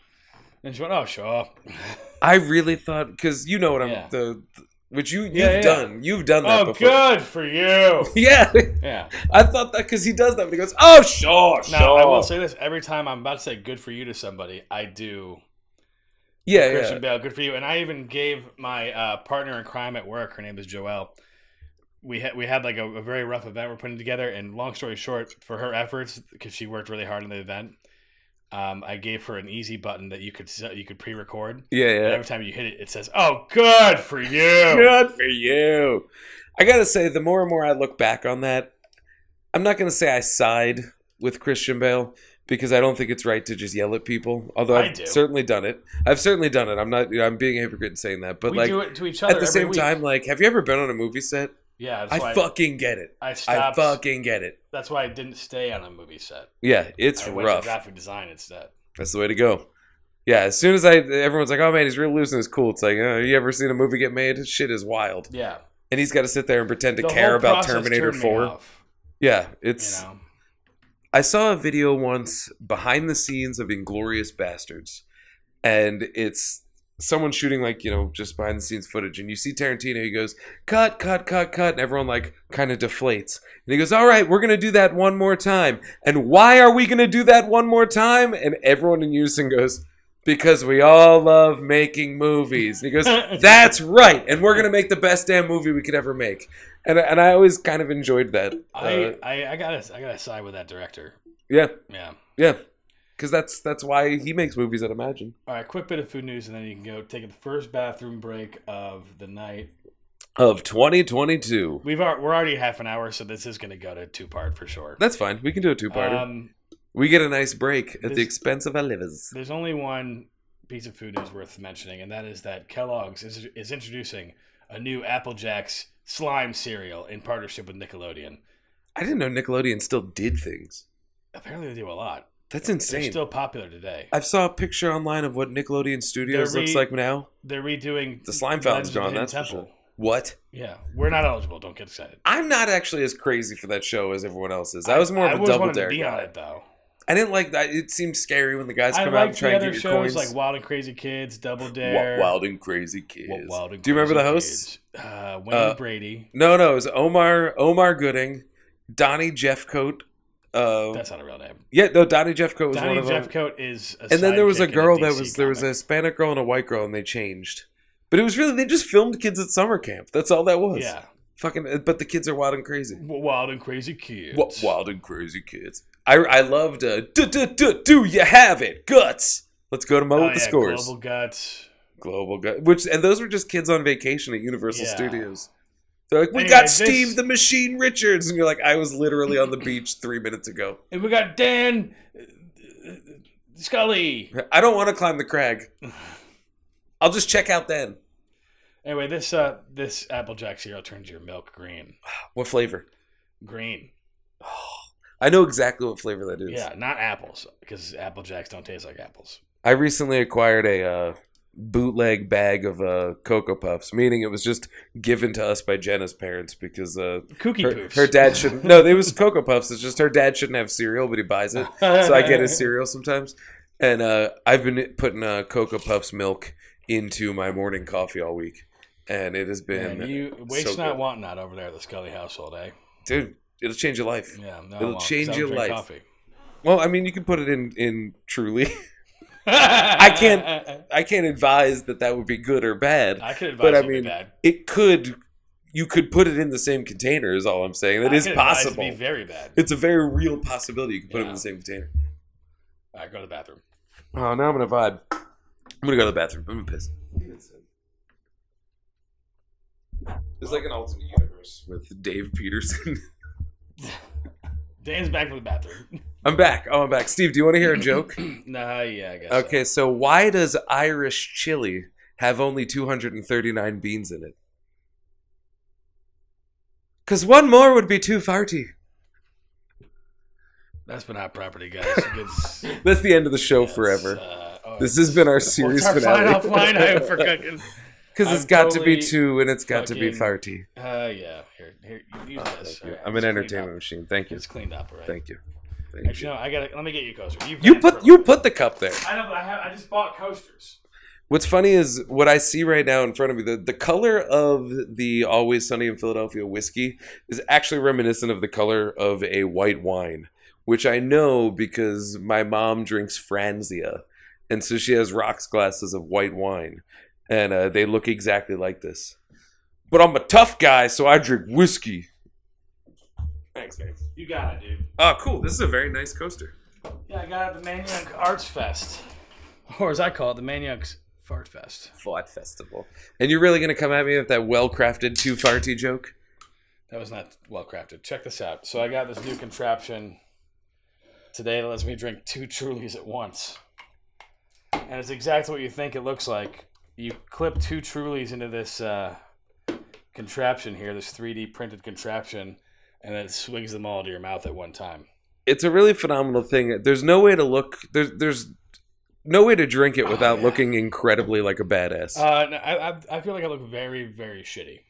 S2: And she went, "Oh, sure."
S1: I really thought because you know what I'm
S2: Yeah.
S1: the, the- which you you've
S2: Yeah, yeah.
S1: done you've done that
S2: oh,
S1: before.
S2: good for you.
S1: Yeah,
S2: Yeah.
S1: I thought that because he does that. He goes, "Oh, sure,
S2: Now
S1: sure."
S2: I will say this: every time I'm about to say "good for you" to somebody, I do
S1: yeah,
S2: Christian
S1: yeah.
S2: Bale, good for you. And I even gave my uh, partner in crime at work. Her name is Joelle. We had we had like a, a very rough event we're putting together. And long story short, for her efforts, because she worked really hard on the event, um, I gave her an easy button that you could s- you could pre-record.
S1: yeah, yeah,
S2: And every time you hit it, it says, "Oh, good for you."
S1: Good for you. I gotta say, the more and more I look back on that, I'm not gonna say I side with Christian Bale because I don't think it's right to just yell at people. Although
S2: I
S1: I've
S2: do.
S1: certainly done it. I've certainly done it. I'm not. you know, I'm being a hypocrite in saying that, but
S2: we
S1: like
S2: do it to each other
S1: at the same
S2: every
S1: time,
S2: Week.
S1: like, have you ever been on a movie set?
S2: Yeah, that's
S1: I
S2: why
S1: fucking get it.
S2: I stopped.
S1: I fucking get it.
S2: That's why I didn't stay on a movie set.
S1: Yeah, it's
S2: I went to
S1: rough.
S2: graphic design instead.
S1: That's the way to go. Yeah, as soon as I, everyone's like, "Oh man, he's real loose and it's cool." It's like, oh, you ever seen a movie get made? Shit is wild,
S2: Yeah,
S1: and he's got to sit there and pretend to
S2: The
S1: care
S2: whole
S1: about
S2: process
S1: Terminator
S2: turned me
S1: Four.
S2: off,
S1: Yeah,
S2: you
S1: it's.
S2: know.
S1: I saw a video once behind the scenes of Inglorious Bastards, and it's someone shooting like you know just behind the scenes footage, and you see Tarantino. He goes, "Cut, cut, cut, cut," and everyone like kind of deflates, and he goes, "All right, we're gonna do that one more time." And why are we gonna do that one more time? And everyone in unison goes. Because we all love making movies. And he goes, That's right. And we're going to make the best damn movie we could ever make. And, and I always kind of enjoyed that.
S2: I,
S1: Uh,
S2: I I gotta I gotta side with that director.
S1: yeah.
S2: Yeah.
S1: Yeah, because that's that's why he makes movies. I'd imagine.
S2: All right, quick bit of food news, and then you can go take the first bathroom break of the night.
S1: Of 2022.
S2: We've al- we're already half an hour, so this is gonna go to two part for sure.
S1: That's fine. We can do a two-parter.
S2: Um,
S1: we get a nice break at the
S2: this-
S1: expense of our livers.
S2: there's only one piece of food news worth mentioning, and that is that Kellogg's is is introducing a new Apple Jacks slime cereal in partnership with Nickelodeon.
S1: I didn't know Nickelodeon still did things.
S2: Apparently, they do a lot.
S1: That's
S2: They're
S1: insane.
S2: still popular today.
S1: I saw a picture online of what Nickelodeon Studios
S2: They're re-
S1: looks like now.
S2: They're redoing
S1: The slime
S2: Legends
S1: fountain's
S2: of the
S1: gone.
S2: Hidden
S1: That's for
S2: Temple.
S1: sure. What?
S2: Yeah, we're not eligible. Don't get excited.
S1: I'm not actually as crazy for that show as everyone else is. I was more of a
S2: always
S1: double
S2: wanted
S1: dare
S2: to be on
S1: guy.
S2: it though.
S1: I didn't like that. It seemed scary when the guys
S2: I
S1: come out and
S2: like
S1: try
S2: the
S1: and
S2: other
S1: get your
S2: shows
S1: coins.
S2: like Wild and Crazy Kids, Double Dare,
S1: Wa- Wild and crazy kids.
S2: Wa- Wild and
S1: Do you remember
S2: Crazy
S1: the hosts?
S2: Kids. Uh, Wayne
S1: Uh,
S2: Brady.
S1: No, no, it was Omar Omar Gooding, Donnie Jeffcoat. Uh,
S2: That's not a real name.
S1: yeah, no, Donnie Jeffcoat was
S2: Donnie
S1: one of them.
S2: Jeffcoat is. A
S1: And then there was
S2: sidekick
S1: a
S2: in
S1: girl that
S2: DC
S1: was there was a
S2: comic.
S1: Hispanic girl and a white girl, and they changed. But it was really they just filmed kids at summer camp. That's all that was.
S2: Yeah.
S1: Fucking. uh, But the kids are wild and crazy.
S2: W- Wild and crazy kids.
S1: What wild and crazy kids. I I loved. Uh, do, do, do, do you have it? Guts. Let's go to Mo
S2: Oh,
S1: with the
S2: yeah,
S1: scores.
S2: Global guts.
S1: global gu which and those were just kids on vacation at universal
S2: Yeah.
S1: studios they're like we
S2: Anyway,
S1: got
S2: this-
S1: steve the machine richards and you're like i was literally on the beach three minutes ago
S2: And we got Dan uh, uh, Scully.
S1: i don't want to climb the crag i'll just check out then
S2: Anyway, this uh this Applejack cereal turns your milk green.
S1: what flavor
S2: Green.
S1: i know exactly what flavor that is
S2: Yeah, not apples because Applejacks don't taste like apples.
S1: i recently acquired a uh, bootleg bag of uh, cocoa puffs meaning it was just given to us by jenna's parents because uh,
S2: Kooky
S1: her,
S2: poofs.
S1: her dad shouldn't no it was cocoa puffs it's just her dad shouldn't have cereal but he buys it so I get his cereal sometimes. And uh, I've been putting uh, Cocoa Puffs milk into my morning coffee all week, and it has been,
S2: Man, you waste
S1: so
S2: not
S1: good.
S2: want not over there at the Scully household, eh?
S1: dude, it'll change your life.
S2: Yeah, no,
S1: It'll
S2: well, 'cause
S1: change
S2: I would
S1: your
S2: drink
S1: life.
S2: Coffee.
S1: Well, I mean, you can put it in in Truly. can't- I can't advise that that would be good or bad.
S2: I could advise
S1: But I
S2: you to be
S1: mean,
S2: bad.
S1: It could, you could put it in the same container. Is all I'm saying. That
S2: I
S1: is
S2: could advise you to
S1: possible.
S2: Be very bad.
S1: it's a very real possibility. You can put it
S2: Yeah.
S1: in the same container.
S2: All right, go to the bathroom.
S1: Oh, now I'm gonna vibe. I'm gonna go to the bathroom. I'm gonna piss. It's like an alternate universe with Dave Peterson.
S2: Dan's back from the bathroom.
S1: I'm back. Oh, I'm back. Steve, do you want to hear a joke?
S2: nah, yeah, I guess. so.
S1: okay, so why does Irish chili have only 239 beans in it? Because one more would be too farty.
S2: that's been our property, guys. It's-
S1: That's the end of the show
S2: it's,
S1: forever.
S2: uh, all right.
S1: This has been our
S2: Well, it's
S1: series
S2: our final line. I
S1: finale.
S2: forgot.
S1: Because it's
S2: I'm
S1: got to
S2: totally
S1: be two and it's got to be
S2: fucking-
S1: farty.
S2: Uh, yeah. Here, here. you Use this. All right, it's
S1: Oh, I'm an
S2: cleaned
S1: entertainment
S2: up.
S1: machine. Thank you.
S2: It's cleaned up, all right?
S1: Thank you. Thank
S2: Actually, no. I gotta. Let me get you a coaster. You've had
S1: you. You
S2: it
S1: put
S2: for-
S1: you put the cup there.
S2: I know, but I have. I just bought coasters.
S1: What's funny is what I see right now in front of me. The the color of the Always Sunny in Philadelphia whiskey is actually reminiscent of the color of a white wine, which I know because my mom drinks Franzia, and so she has rocks glasses of white wine, and uh, they look exactly like this. But I'm a tough guy, so I drink whiskey. Thanks, man.
S2: You got it, dude.
S1: Oh, cool. This is a very nice coaster.
S2: Yeah, I got it at the Manioc Arts Fest, or as I call it, the Manioc's Fart Fest.
S1: Fart Festival. And you're really gonna come at me with that well-crafted too farty joke?
S2: That was not well crafted. Check this out. So I got this new contraption today that lets me drink two Trulies at once, and it's exactly what you think it looks like. You clip two Trulies into this uh, contraption here, this 3D printed contraption, and then it swigs them all to your mouth at one time.
S1: It's a really phenomenal thing. There's no way to look. There's there's no way to drink it
S2: Oh,
S1: without
S2: yeah.
S1: looking incredibly like a badass.
S2: Uh, no, I, I I feel like I look very very shitty.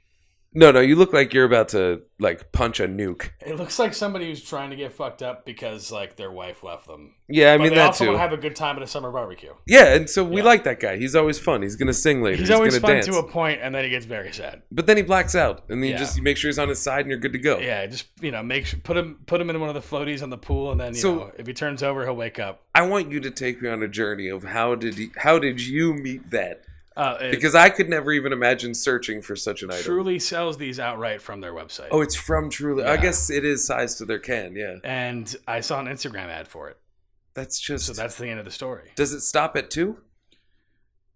S1: no, no, you look like you're about to like punch a nuke.
S2: It looks like somebody who's trying to get fucked up because like their wife left them.
S1: Yeah, I
S2: But
S1: mean
S2: they
S1: that
S2: also
S1: too.
S2: want to have a good time at a summer barbecue.
S1: yeah, and so we
S2: Yeah.
S1: like that guy. He's always fun. He's gonna sing later.
S2: He's,
S1: He's,
S2: always
S1: gonna
S2: fun
S1: dance.
S2: to a point, and then he gets very sad.
S1: But then he blacks out, and then
S2: Yeah.
S1: you just you make sure he's on his side, and you're good to go.
S2: Yeah, just you know, make sure, put him put him in one of the floaties on the pool, and then you
S1: So-
S2: know, if he turns over, he'll wake up.
S1: I want you to take me on a journey of how did he, how did you meet that?
S2: Uh, it
S1: Because I could never even imagine searching for such an item.
S2: truly sells these outright from their website.
S1: Oh, it's from Truly. I
S2: Yeah.
S1: guess it is sized to their can. Yeah,
S2: and I saw an Instagram ad for it,
S1: that's just.
S2: so that's the end of the story.
S1: Does it stop at two?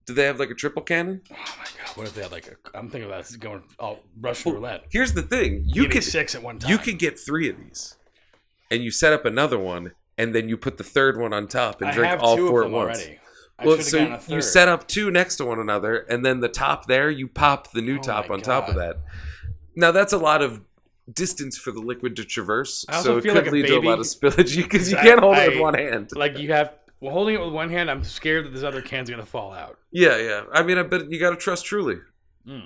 S1: Do they have like a triple cannon?
S2: Oh my god, what if they had like a? I'm thinking about going all Russian
S1: Well,
S2: roulette.
S1: Here's the thing:
S2: You
S1: Oh, you
S2: get
S1: could
S2: six at one time.
S1: you could get three of these, and you set up another one, and then you put the third one on top and
S2: I
S1: drink
S2: have
S1: all
S2: two
S1: four
S2: of
S1: at
S2: them
S1: once.
S2: already. I
S1: Well,
S2: should've gotten
S1: so
S2: a
S1: you
S2: third.
S1: set up two next to one another, and then the top there, you pop the new
S2: Oh
S1: top
S2: my
S1: on top of
S2: God.
S1: that. Now that's a lot of distance for the liquid to traverse,
S2: I also
S1: so it
S2: feel
S1: could
S2: like a
S1: lead to a lot
S2: baby.
S1: of spillage because you
S2: I-
S1: can't hold it
S2: I-
S1: with one hand.
S2: like you have well, holding it with one hand. I'm scared that this other can's gonna fall out.
S1: Yeah, yeah. I mean, I bet you got to trust Truly. Hmm.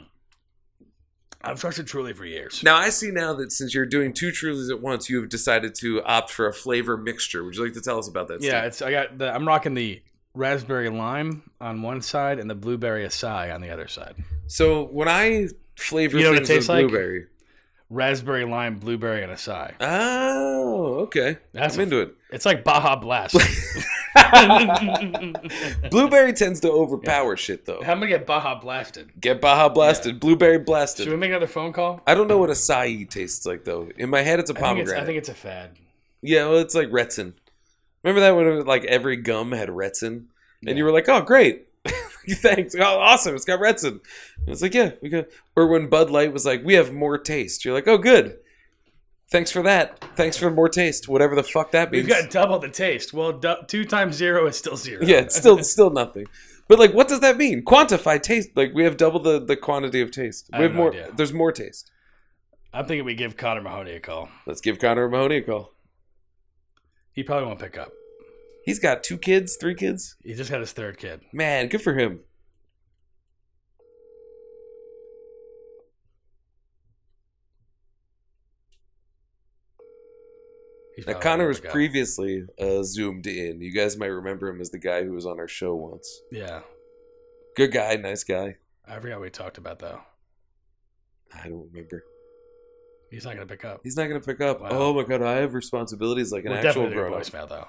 S2: I've trusted Truly for years.
S1: Now I see now that since you're doing two Trulies at once, you have decided to opt for a flavor mixture. Would you like to tell us about that?
S2: yeah,
S1: Steve?
S2: it's I got the I'm rocking the raspberry lime on one side and the blueberry acai on the other side.
S1: So when I flavor
S2: You know what it
S1: things with
S2: tastes like?
S1: blueberry,
S2: raspberry, lime, blueberry, and acai.
S1: Oh, okay.
S2: That's
S1: I'm
S2: a-
S1: into it.
S2: It's like Baja Blast.
S1: Blueberry tends to overpower shit though.
S2: How am I gonna get Baja Blasted?
S1: Get Baja blasted, blueberry blasted.
S2: Should we make another phone call?
S1: I don't know what acai tastes like though. In my head, it's a
S2: I think it's, I
S1: pomegranate.
S2: think it's a fad.
S1: yeah, well, it's like retin. Remember that when it was, like every gum had retin, and you were like, "Oh, great, thanks, oh, awesome, it's got retin." And it's like, yeah, we got. Or when Bud Light was like, "We have more taste," you're like, "Oh, good, thanks for that, thanks for more taste, whatever the fuck that means."
S2: We've got double the taste. Well, du- two times zero is still zero.
S1: yeah, it's still still nothing. But like, what does that mean? Quantify taste. Like, we have double the the quantity of taste.
S2: I
S1: We
S2: have
S1: have
S2: no
S1: more.
S2: idea.
S1: There's more taste.
S2: I'm thinking we give Connor Mahoney a call.
S1: Let's give Connor Mahoney a call.
S2: He probably won't pick up.
S1: He's got two kids, three kids.
S2: He just had his third kid.
S1: Man, good for him.
S2: He's
S1: Now,
S2: probably
S1: Connor
S2: won't
S1: was
S2: pick up.
S1: previously uh, zoomed in. You guys might remember him as the guy who was on our show once.
S2: Yeah,
S1: Good guy, nice guy.
S2: I forgot we talked about though.
S1: I don't remember.
S2: He's not gonna pick up.
S1: He's not going to pick up.
S2: Wow.
S1: Oh my god, I have responsibilities like an
S2: We're
S1: actual
S2: definitely
S1: grown
S2: doing
S1: up.
S2: voicemail though.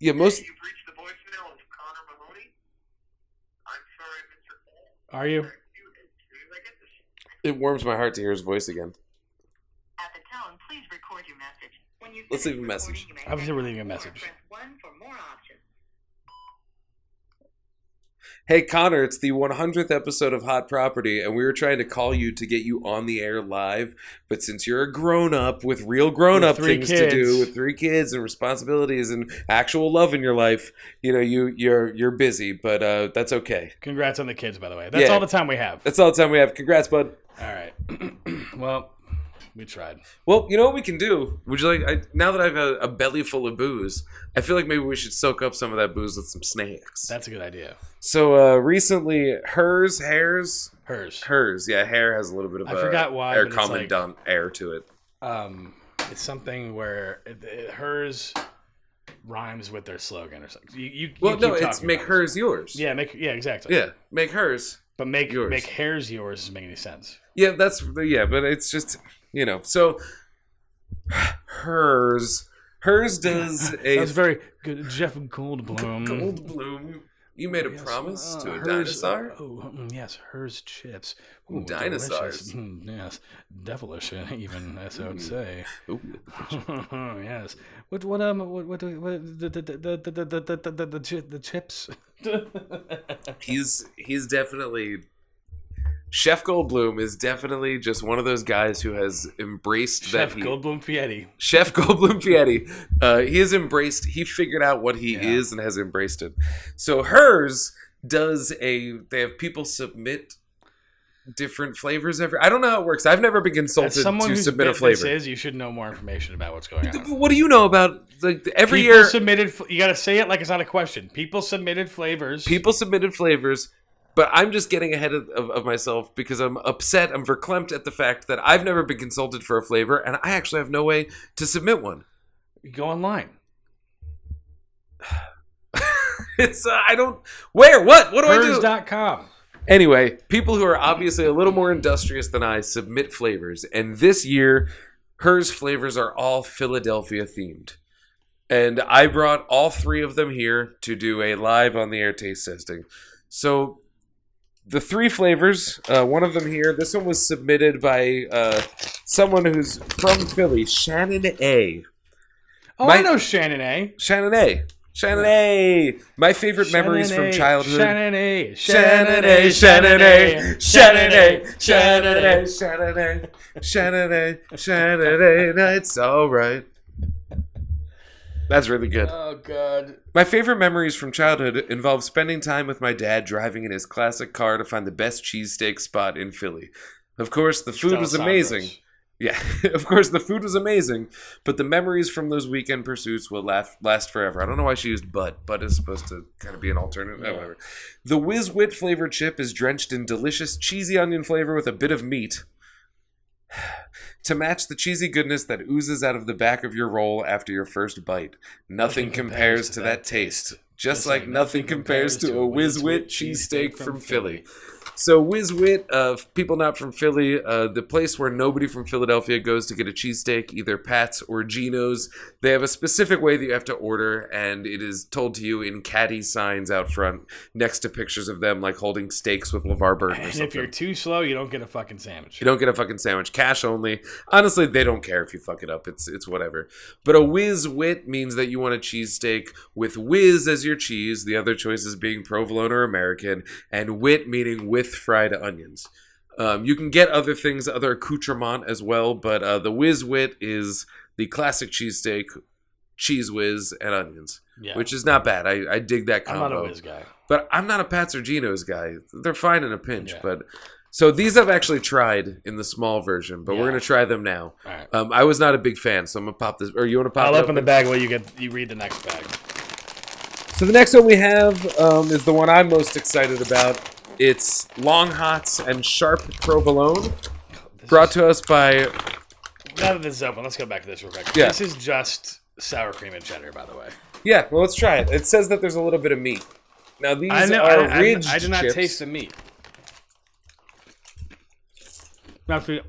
S1: Yeah, most.
S3: You've reached the voicemail of Connor Mahoney. I'm sorry, Mr.
S2: Are you?
S1: It warms my heart to hear his voice again.
S4: At the tone, please record your message. When you
S1: Let's
S4: finish
S1: leave a message.
S4: recording, you may
S2: Obviously,
S4: hang
S2: we're
S4: up
S2: leaving a
S4: or
S2: message.
S4: Press 1 for more options.
S1: Hey Connor, it's the 100th episode of Hot Property, and we were trying to call you to get you on the air live. But since you're a grown up with real grown up
S2: With three
S1: things to
S2: kids.
S1: do, with three kids and responsibilities and actual love in your life, you know you you're you're busy. But uh, that's okay.
S2: Congrats on the kids, by the way. That's
S1: Yeah.
S2: all the time we have.
S1: That's all the time we have. Congrats, bud.
S2: All right. well, we tried.
S1: Well, you know what we can do? Would you like? I, now that I have a, a belly full of booze, I feel like maybe we should soak up some of that booze with some snacks.
S2: That's a good idea.
S1: So uh, recently, hers, hairs,
S2: Hers.
S1: hers. Yeah, hair has a little bit of
S2: I
S1: a
S2: forgot why,
S1: air
S2: but it's like-
S1: commandant air to it.
S2: Um, it's something where it, it- hers rhymes with their slogan or something. You, you,
S1: Well,
S2: you
S1: no,
S2: keep
S1: it's
S2: talking
S1: make
S2: about
S1: hers yours.
S2: this. Yeah, make yeah, exactly.
S1: yeah, make hers.
S2: but make
S1: yours.
S2: make hers yours doesn't make any sense.
S1: Yeah, that's yeah, but it's just you know. So hers, hers does a
S2: That's very good, Jeff Goldblum.
S1: gold bloom. You made a
S2: Yes,
S1: promise
S2: uh,
S1: to a
S2: hers-
S1: dinosaur.
S2: Oh, mm, yes, hers chips. Ooh, delicious.
S1: Dinosaurs. Mm.
S2: Mm, Yes, devilish, even as I would say.
S1: Ooh.
S2: yes. What? What? Um. What? What? do- what the, the, the, the, the, the, the, the, the, the, chi- the chips.
S1: he's he's definitely Chef Goldblum is definitely just one of those guys who has embraced
S2: Chef
S1: that he,
S2: Goldblum Fietti.
S1: Chef Goldblum Fietti. Uh, he has embraced. He figured out what he
S2: Yeah.
S1: is and has embraced it. So hers does a. They have people submit different flavors every. I don't know how it works. I've never been
S2: As
S1: consulted
S2: someone
S1: to
S2: who's
S1: submit a
S2: this
S1: flavor.
S2: is, you should know more information about what's going on.
S1: what do you know about like every
S2: People
S1: year?
S2: submitted. fl- You got to say it like it's not a question. People submitted flavors.
S1: people submitted flavors but i'm just getting ahead of, of, of myself because i'm upset i'm verklempt at the fact that i've never been consulted for a flavor and i actually have no way to submit one
S2: You go online.
S1: it's uh, i don't where what what do i do
S2: Hers.com.
S1: anyway people who are obviously a little more industrious than i submit flavors and this year hers flavors are all philadelphia themed and i brought all three of them here to do a live on the air taste testing so the three flavors uh, one of them here this one was submitted by uh, someone who's from philly shannon a
S2: Oh,
S1: My-
S2: I know Shannon A.
S1: shannon a shannon a my favorite memories from
S2: Shannon A,
S1: childhood
S2: Shannon A.
S1: Shannon A, Shannon A, Shannon A, Shannon A, Shannon A, Shannon A, Shannon A, it's alright. That's really good.
S2: Oh God.
S1: My favorite memories from childhood involve spending time with my dad driving in his classic car to find the best cheesesteak spot in Philly. Of course, the food was amazing. Yeah, of course, the food was amazing, but the memories from those weekend pursuits will laugh, last forever. I don't know why she used but. But is supposed to kind of be an alternative.
S2: Yeah.
S1: Whatever. The Whiz Wit flavored chip is drenched in delicious cheesy onion flavor with a bit of meat. to match the cheesy goodness that oozes out of the back of your roll after your first bite. Nothing compares to that taste. just like nothing compares to a Whiz Wit cheesesteak from Philly. So Whiz Wit, uh, people not from Philly, uh, the place where nobody from Philadelphia goes to get a cheesesteak, either Pat's or Gino's. They have a specific way that you have to order, and it is told to you in caddy signs out front, next to pictures of them like holding steaks with LeVar Burton or
S2: And
S1: something.
S2: if you're too slow, you don't get a fucking sandwich.
S1: You don't get a fucking sandwich. Cash only. Honestly, they don't care if you fuck it up. It's it's whatever. But a whiz wit means that you want a cheesesteak with whiz as your cheese, the other choices being provolone or American, and wit meaning with fried onions. Um, you can get other things, other accoutrement as well, but uh, the whiz wit is the classic cheesesteak, cheese whiz, and onions,
S2: yeah.
S1: which uh, is not bad. I, I dig that
S2: I'm
S1: combo.
S2: not a whiz guy.
S1: But I'm not a Pats or Geno's guy. They're fine in a pinch,
S2: Yeah.
S1: but so these I've actually tried in the small version, but we're
S2: Yeah.
S1: gonna try them now.
S2: All right.
S1: Um, I was not a big fan, so I'm gonna pop this. Or you want to pop?
S2: I'll
S1: it
S2: open the bag while you get you read the next bag.
S1: So the next one we have um, is the one I'm most excited about. It's long hots and sharp provolone,
S2: This
S1: brought
S2: is-
S1: to us by
S2: now that this is open, let's go back to this real quick.
S1: Yeah.
S2: This is just sour cream and cheddar, by the way.
S1: yeah. Well, let's try it. It says that there's a little bit of meat. Now these
S2: I know. I,
S1: are
S2: I-
S1: ridged
S2: I did not
S1: chips.
S2: taste the meat. Now, see,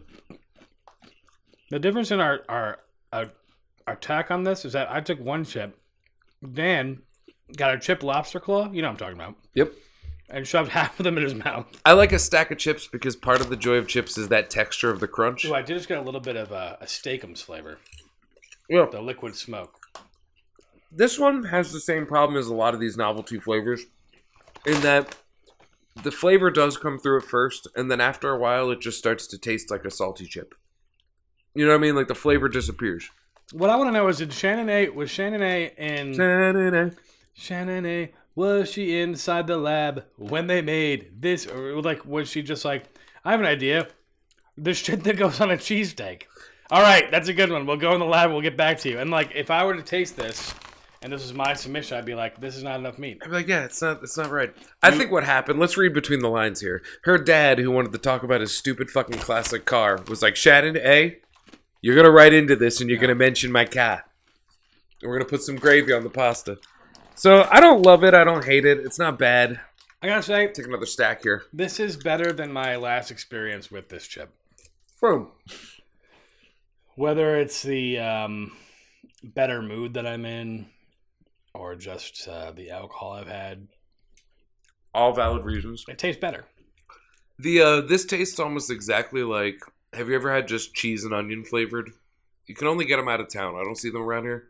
S2: the difference in our our our our tack on this is that I took one chip, Dan got a chip lobster claw. You know what I'm talking about,
S1: Yep.
S2: and shoved half of them in his mouth.
S1: I like a stack of chips because part of the joy of chips is that texture of the crunch.
S2: Ooh, I did just get a little bit of a, a steakums flavor,
S1: Yeah.
S2: the liquid smoke.
S1: this one has the same problem as a lot of these novelty flavors in that the flavor does come through at first and then after a while it just starts to taste like a salty chip you know what i mean like the flavor disappears
S2: What I want to know is, did Shannon A was Shannon A in Shannon A, was she inside the lab when they made this? Or, like, was she just like, I have an idea. The shit that goes on a cheesesteak. All right, that's a good one. We'll go in the lab. We'll get back to you. And, like, if I were to taste this, and this was my submission, I'd be like, this is not enough meat.
S1: I'm like, yeah, it's not, it's not right. I think what happened. Let's read between the lines here. Her dad, who wanted to talk about his stupid fucking classic car, was like, Shannon, eh? You're gonna write into this, and you're gonna mention my car. And we're gonna put some gravy on the pasta. So I don't love it. I don't hate it. It's not bad.
S2: I gotta say,
S1: Take another stack here.
S2: this is better than my last experience with this chip.
S1: Boom.
S2: Whether it's the um, better mood that I'm in, or just uh, the alcohol I've had,
S1: All valid reasons.
S2: it tastes better.
S1: The uh, this tastes almost exactly like. Have you ever had just cheese and onion flavored? You can only get them out of town. I don't see them around here.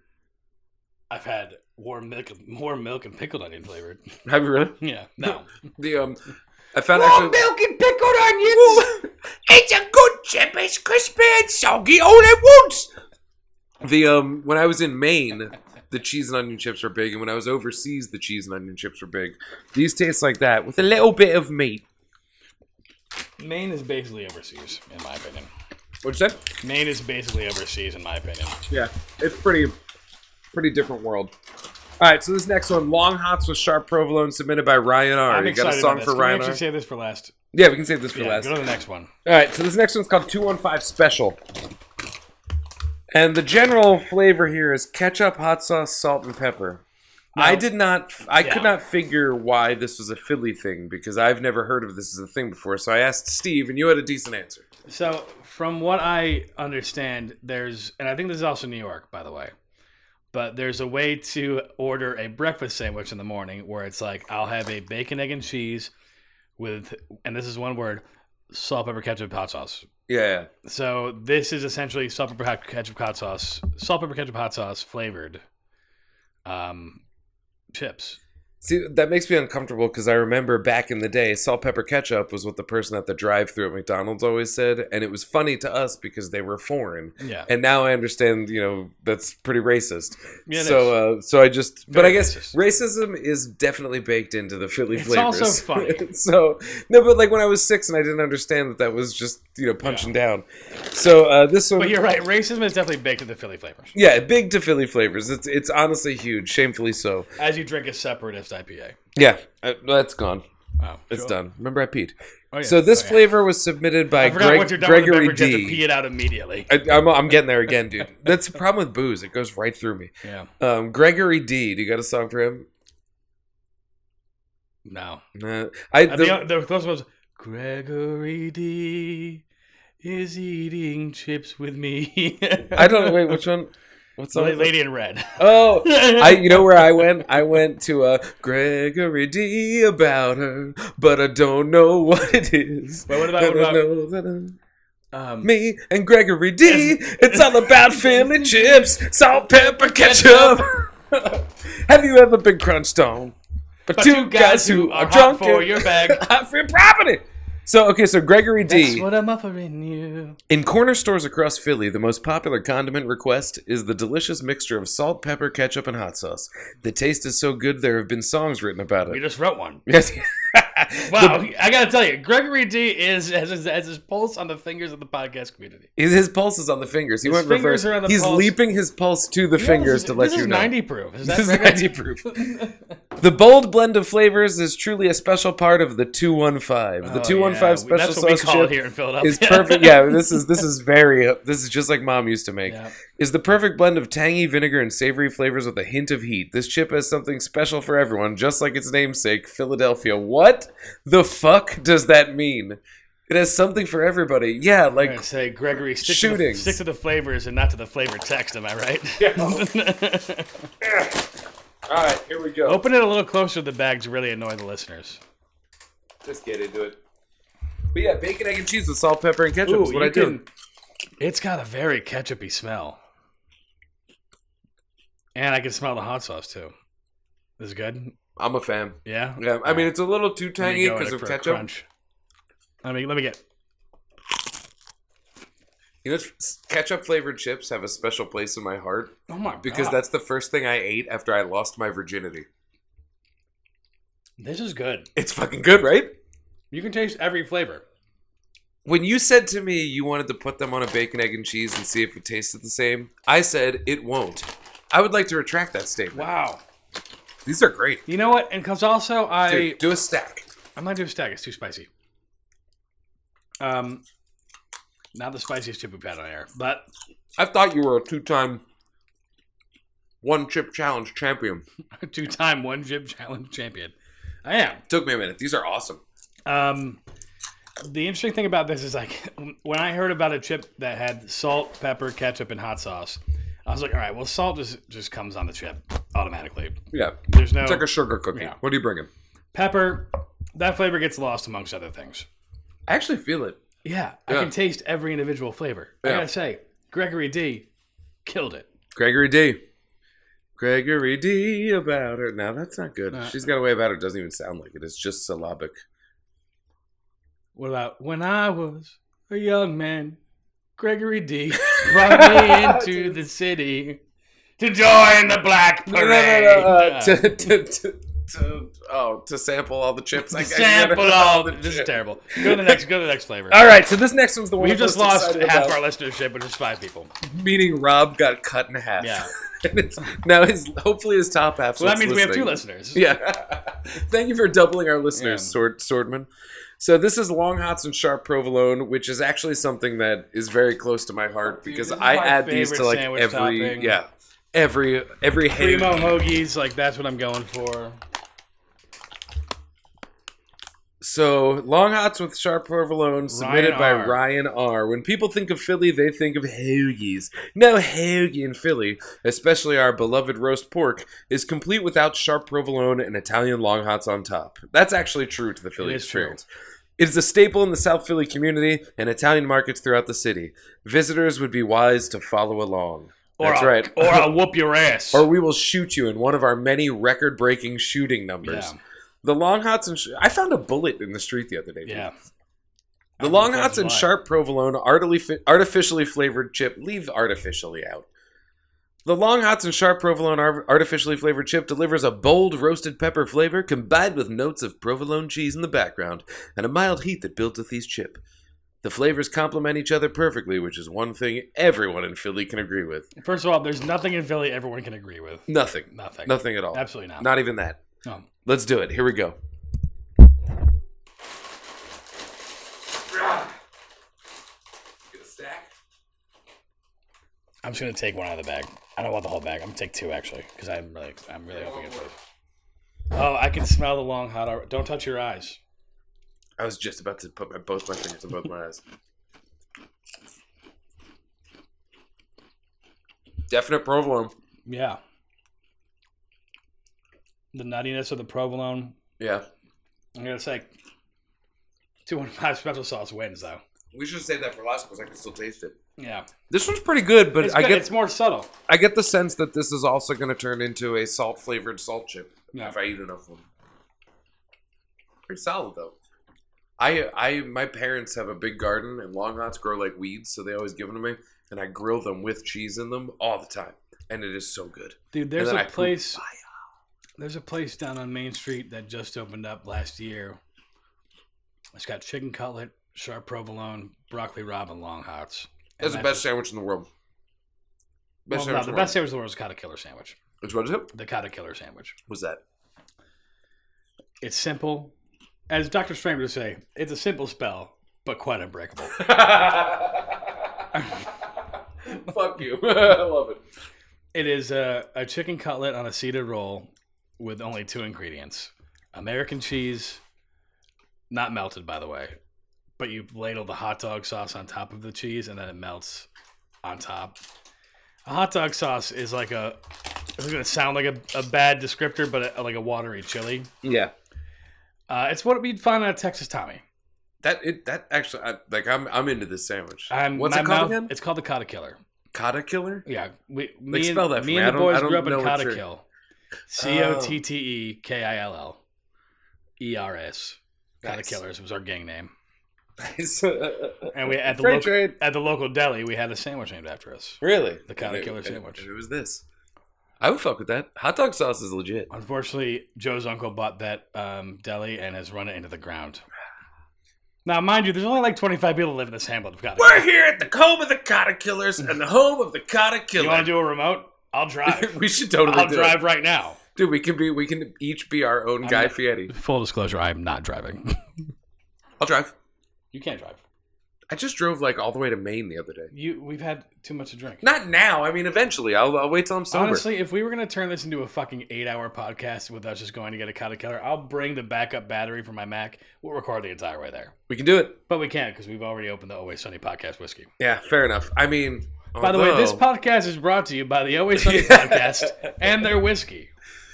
S2: I've had warm milk, warm milk and pickled onion flavored.
S1: Have you really?
S2: Yeah, no.
S1: The um, I found actually.
S2: milk and pickled
S1: it's a good chip. It's crispy and soggy all at once. The um, when I was in Maine, the cheese and onion chips were big, and when I was overseas, the cheese and onion chips were big. These taste like that with a little bit of meat.
S2: Maine is basically overseas, in my opinion.
S1: What'd you say?
S2: Maine is basically overseas, in my opinion.
S1: Yeah, it's pretty, pretty different world. All right, so this next one, Long Hots with Sharp Provolone, submitted by Ryan R.
S2: I'm
S1: You got a
S2: excited
S1: song
S2: about this.
S1: for
S2: Can
S1: Ryan
S2: we
S1: R.
S2: actually say this for last.
S1: Yeah, we can save this for
S2: Yeah,
S1: last.
S2: go to the next one.
S1: All right, so this next one's called 215 Special. And the general flavor here is ketchup, hot sauce, salt, and pepper. I did not, I
S2: Yeah.
S1: could not figure why this was a Philly thing because I've never heard of this as a thing before. So I asked Steve, and you had a decent answer.
S2: So, from what I understand, there's, and I think this is also New York, by the way, but there's a way to order a breakfast sandwich in the morning where it's like, I'll have a bacon, egg, and cheese with, and this is one word, salt, pepper, ketchup, hot sauce.
S1: Yeah,
S2: So this is essentially salt pepper hot ketchup hot sauce, salt pepper ketchup hot sauce flavored, um, chips.
S1: See, that makes me uncomfortable because I remember back in the day, salt, pepper, ketchup was what the person at the drive thru at McDonald's always said. And it was funny to us because they were foreign.
S2: Yeah.
S1: And now I understand, you know, that's pretty racist.
S2: Yeah, it
S1: so, uh, so I just, but
S2: Very
S1: I guess
S2: racist.
S1: racism is definitely baked into the Philly
S2: It's
S1: flavors.
S2: also funny.
S1: so, no, but like when I was six and I didn't understand that that was just, you know, punching down. So, uh, this one.
S2: But you're right. Racism is definitely baked into Philly flavors.
S1: yeah, big to Philly flavors. It's it's honestly huge, shamefully so.
S2: As you drink a separatist IPA.
S1: Yeah, uh, that's gone.
S2: Oh,
S1: It's
S2: sure.
S1: done. Remember, I peed.
S2: Oh, yeah.
S1: So this
S2: Oh, yeah.
S1: flavor was submitted by
S2: I forgot
S1: Greg,
S2: once you're done with the
S1: Gregory
S2: beverage, you have to pee
S1: D.
S2: it out immediately.
S1: I, I'm, I'm getting there again, dude. That's the problem with booze; it goes right through me.
S2: Yeah.
S1: Um, Gregory D. Do you got a song for him?
S2: No.
S1: Nah, I
S2: Uh,
S1: the-
S2: the, the close one was Gregory D is eating chips with me.
S1: I don't know. Wait, which one? What's
S2: La-
S1: that? one?
S2: Lady in Red.
S1: Oh, I.
S2: I
S1: You know where I went? I went to uh, Gregory D about her, but I don't know what it is.
S2: But what about, what about
S1: Know that I'm
S2: um,
S1: me and Gregory D? It's all about family chips, salt, pepper, ketchup. Have you ever been crunched on? But,
S2: but
S1: two, guys, who are, drunk
S2: for
S1: and-
S2: your bag?
S1: hot for your property. So okay, so Gregory
S2: That's
S1: D.
S2: what I'm offering you.
S1: In corner stores across Philly, the most popular condiment request is the delicious mixture of salt, pepper, ketchup, and hot sauce. The taste is so good there have been songs written about
S2: We
S1: it.
S2: just wrote one.
S1: Yes.
S2: Wow,
S1: The-
S2: I gotta tell you, Gregory D is has his, has his pulse on the fingers of the podcast community.
S1: his, his pulse is on the fingers. He
S2: His
S1: went
S2: fingers
S1: reverse.
S2: are on the
S1: He's
S2: pulse.
S1: leaping his pulse to the fingers
S2: this
S1: to
S2: is,
S1: let
S2: this
S1: you
S2: is
S1: know.
S2: 90 proof. Is that
S1: This is
S2: right?
S1: 90 proof. The bold blend of flavors is truly a special part of the 215. The
S2: Oh,
S1: 215
S2: yeah.
S1: special
S2: That's what we
S1: sausage
S2: call it
S1: chip
S2: here in Philadelphia.
S1: is perfect. Yeah, this is this is very this is just like mom used to make.
S2: Yeah.
S1: is the perfect blend of tangy vinegar and savory flavors with a hint of heat. This chip has something special for everyone, just like its namesake, Philadelphia. What the fuck does that mean? It has something for everybody. Yeah,
S2: I'm
S1: like
S2: gonna say Gregory stick to, the,
S1: shootings.
S2: stick to the flavors and not to the flavor text. Am I right?
S1: all right, here we go.
S2: Open it a little closer. The bags really annoy the listeners.
S1: Just get into it. But yeah, bacon, egg, and cheese with salt, pepper, and ketchup is what
S2: you
S1: I do.
S2: can- It's got a very ketchupy smell, and I can smell the hot sauce too. This is good.
S1: I'm a fan.
S2: Yeah.
S1: Yeah, I mean it's a little too
S2: Let me
S1: tangy
S2: go at
S1: because
S2: it
S1: of
S2: for a
S1: ketchup.
S2: crunch. Let me let me get.
S1: You know, ketchup flavored chips have a special place in my heart
S2: Oh my
S1: because
S2: God.
S1: that's the first thing I ate after I lost my virginity.
S2: this is good.
S1: It's fucking good, right?
S2: You can taste every flavor.
S1: when you said to me you wanted to put them on a bacon, egg, and cheese and see if it tasted the same, I said it won't. I would like to retract that statement.
S2: Wow.
S1: These are great.
S2: You know what? And because also I
S1: Dude, do a stack.
S2: I'm not doing stack. It's too spicy. Um, not the spiciest chip we've had on air, but
S1: I thought you were a two-time one chip challenge champion.
S2: two-time one chip challenge champion. I am.
S1: Took me a minute. These are awesome.
S2: Um, the interesting thing about this is like when I heard about a chip that had salt, pepper, ketchup, and hot sauce, I was like, all right, well, salt just just comes on the chip automatically.
S1: Yeah.
S2: There's no
S1: It's like a sugar cookie.
S2: Yeah.
S1: What are you bringing?
S2: pepper. That flavor gets lost amongst other things.
S1: I actually feel it.
S2: Yeah, I
S1: Yeah.
S2: can taste every individual flavor. I
S1: Yeah.
S2: gotta say, Gregory D killed it.
S1: Gregory D. Gregory D about her. Now that's not good.
S2: Uh,
S1: She's got a way about her. It doesn't even sound like it. It's just syllabic.
S2: What about when I was a young man? Gregory D brought me into the city to join the black
S1: No,
S2: parade.
S1: no, no, no.
S2: Yeah.
S1: Uh, to, to, to, to, oh, to sample all the chips. I- I
S2: To
S1: get it.
S2: sample all. This is
S1: chips.
S2: terrible. Go to the next. Go to the next flavor.
S1: All right, so this next one's the one
S2: We
S1: I'm
S2: just
S1: most
S2: lost
S1: excited
S2: half
S1: about.
S2: our listenership, which is five people.
S1: Meaning Rob got cut in half.
S2: Yeah.
S1: and it's, now his hopefully his top half.
S2: So that means we have two listeners.
S1: Yeah. Thank you for doubling our listeners,
S2: Yeah.
S1: Sword Swordman. So this is long hots and sharp provolone, which is actually something that is very close to my heart
S2: Dude,
S1: because
S2: this is
S1: I
S2: my
S1: add these to
S2: favorite
S1: like
S2: sandwich
S1: every
S2: topping.
S1: yeah every every hand-
S2: Primo hoagies, like that's what I'm going for.
S1: So, Long Hots with Sharp Provolone,
S2: Ryan
S1: submitted by
S2: R.
S1: Ryan R. When people think of Philly, they think of hoagies. No hoagie in Philly, especially our beloved roast pork, is complete without sharp provolone and Italian long hots on top. That's actually true to the Philly
S2: is true.
S1: experience. It is a staple in the South Philly community and Italian markets throughout the city. Visitors would be wise to follow along.
S2: Or
S1: That's
S2: I'll,
S1: right.
S2: Or I'll whoop your ass.
S1: Or we will shoot you in one of our many record-breaking shooting numbers.
S2: Yeah.
S1: The long hots and sh- I found a bullet in the street the other day.
S2: yeah.
S1: The long
S2: Fourth
S1: hots
S2: of
S1: and
S2: July.
S1: sharp provolone artificially, artificially flavored chip. Leave artificially out. The long hots and sharp provolone ar- artificially flavored chip delivers a bold roasted pepper flavor combined with notes of provolone cheese in the background and a mild heat that builds with each chip. The flavors complement each other perfectly, which is one thing everyone in Philly can agree with.
S2: First of all, there's nothing in Philly everyone can agree with.
S1: Nothing.
S2: Nothing.
S1: Nothing at all.
S2: Absolutely not.
S1: Not even that.
S2: No.
S1: Let's do it. Here we go. Get a stack.
S2: I'm just gonna take one out of the bag. I don't want the whole bag. I'm gonna take two actually, because I'm really, I'm really hoping it's. Oh, I can smell the long hot. hour. Don't touch your eyes.
S1: I was just about to put my both my fingers in both my eyes. Definite provolone.
S2: Yeah. The nuttiness of the provolone.
S1: Yeah.
S2: I'm gonna say, two one five special sauce wins though.
S1: We should save that for last because I can still taste it.
S2: Yeah,
S1: This one's pretty good, but
S2: it's
S1: I
S2: good.
S1: get
S2: it's more subtle.
S1: I get the sense that this is also going to turn into a salt flavored salt chip
S2: Yeah.
S1: if I eat enough of them. Pretty solid though. I I my parents have a big garden and long hots grow like weeds, so they always give them to me, and I grill them with cheese in them all the time, and it is so good.
S2: Dude, there's
S1: then
S2: a
S1: I poop
S2: place. There's a place down on Main Street that just opened up last year. It's got chicken cutlet, sharp provolone, broccoli rob, and long hots. And
S1: That's the best sandwich in the world.
S2: well,
S1: Best
S2: no,
S1: sandwich
S2: the
S1: in
S2: best
S1: the world.
S2: sandwich in the world is Kata Killer sandwich.
S1: Which one is it?
S2: The Kata Killer sandwich.
S1: Was that?
S2: It's simple, as Doctor Stranger would say. It's a simple spell, but quite unbreakable.
S1: Fuck you. I love it.
S2: It is a, a chicken cutlet on a seeded roll with only two ingredients American cheese, not melted, by the way, but you ladle the hot dog sauce on top of the cheese and then it melts on top. A hot dog sauce is like a, it's going to sound like a, a bad descriptor, but a, like a watery chili.
S1: Yeah.
S2: Uh, it's what we'd find on a Texas Tommy.
S1: That it that actually I, like I'm I'm into this sandwich.
S2: I'm,
S1: What's
S2: Um, my
S1: it called
S2: mouth-
S1: again?
S2: It's called the Cotta Killer.
S1: Cotta killer.
S2: Yeah, we me and,
S1: spell that for
S2: me
S1: me. I
S2: and the
S1: don't- I
S2: boys
S1: don't
S2: grew up in
S1: know what you're- Oh.
S2: Cotterkill. C O T T E K I L L E R S.
S1: Nice.
S2: Cotterkillers was our gang name,
S1: Nice.
S2: and we at the
S1: Freight
S2: local,
S1: train.
S2: at the local deli we had a sandwich named after us.
S1: Really?
S2: The Cotta
S1: And it-
S2: Killer
S1: and it-
S2: sandwich.
S1: and It was this. I would fuck with that. Hot dog sauce is legit.
S2: Unfortunately, Joe's uncle bought that um, deli and has run it into the ground. Now, mind you, there's only like 25 people that live in this hamlet of Cotterkill.
S1: We're here at the home of the Cotta Killers and the home of the Cotta
S2: You want
S1: Killer.
S2: to do a remote? I'll drive.
S1: we should totally
S2: I'll
S1: do
S2: drive
S1: it.
S2: right now.
S1: Dude, we can be we can each be our own Guy
S2: not-
S1: Fieri.
S2: Full disclosure: I am not driving.
S1: I'll drive.
S2: you can't drive.
S1: I just drove like all the way to Maine the other day.
S2: You we've had too much to drink.
S1: Not now. I mean, eventually. I'll, I'll wait till I'm sober.
S2: Honestly, if we were going to turn this into a fucking eight hour podcast with us just going to get a Caterpillar, I'll bring the backup battery for my Mac. We'll record the entire way there.
S1: we can do it.
S2: But we can't because we've already opened the Always Sunny Podcast Whiskey.
S1: Yeah, fair enough. I mean,
S2: By the way, this
S1: although-
S2: podcast is brought to you by the Always Sunny Podcast and their whiskey.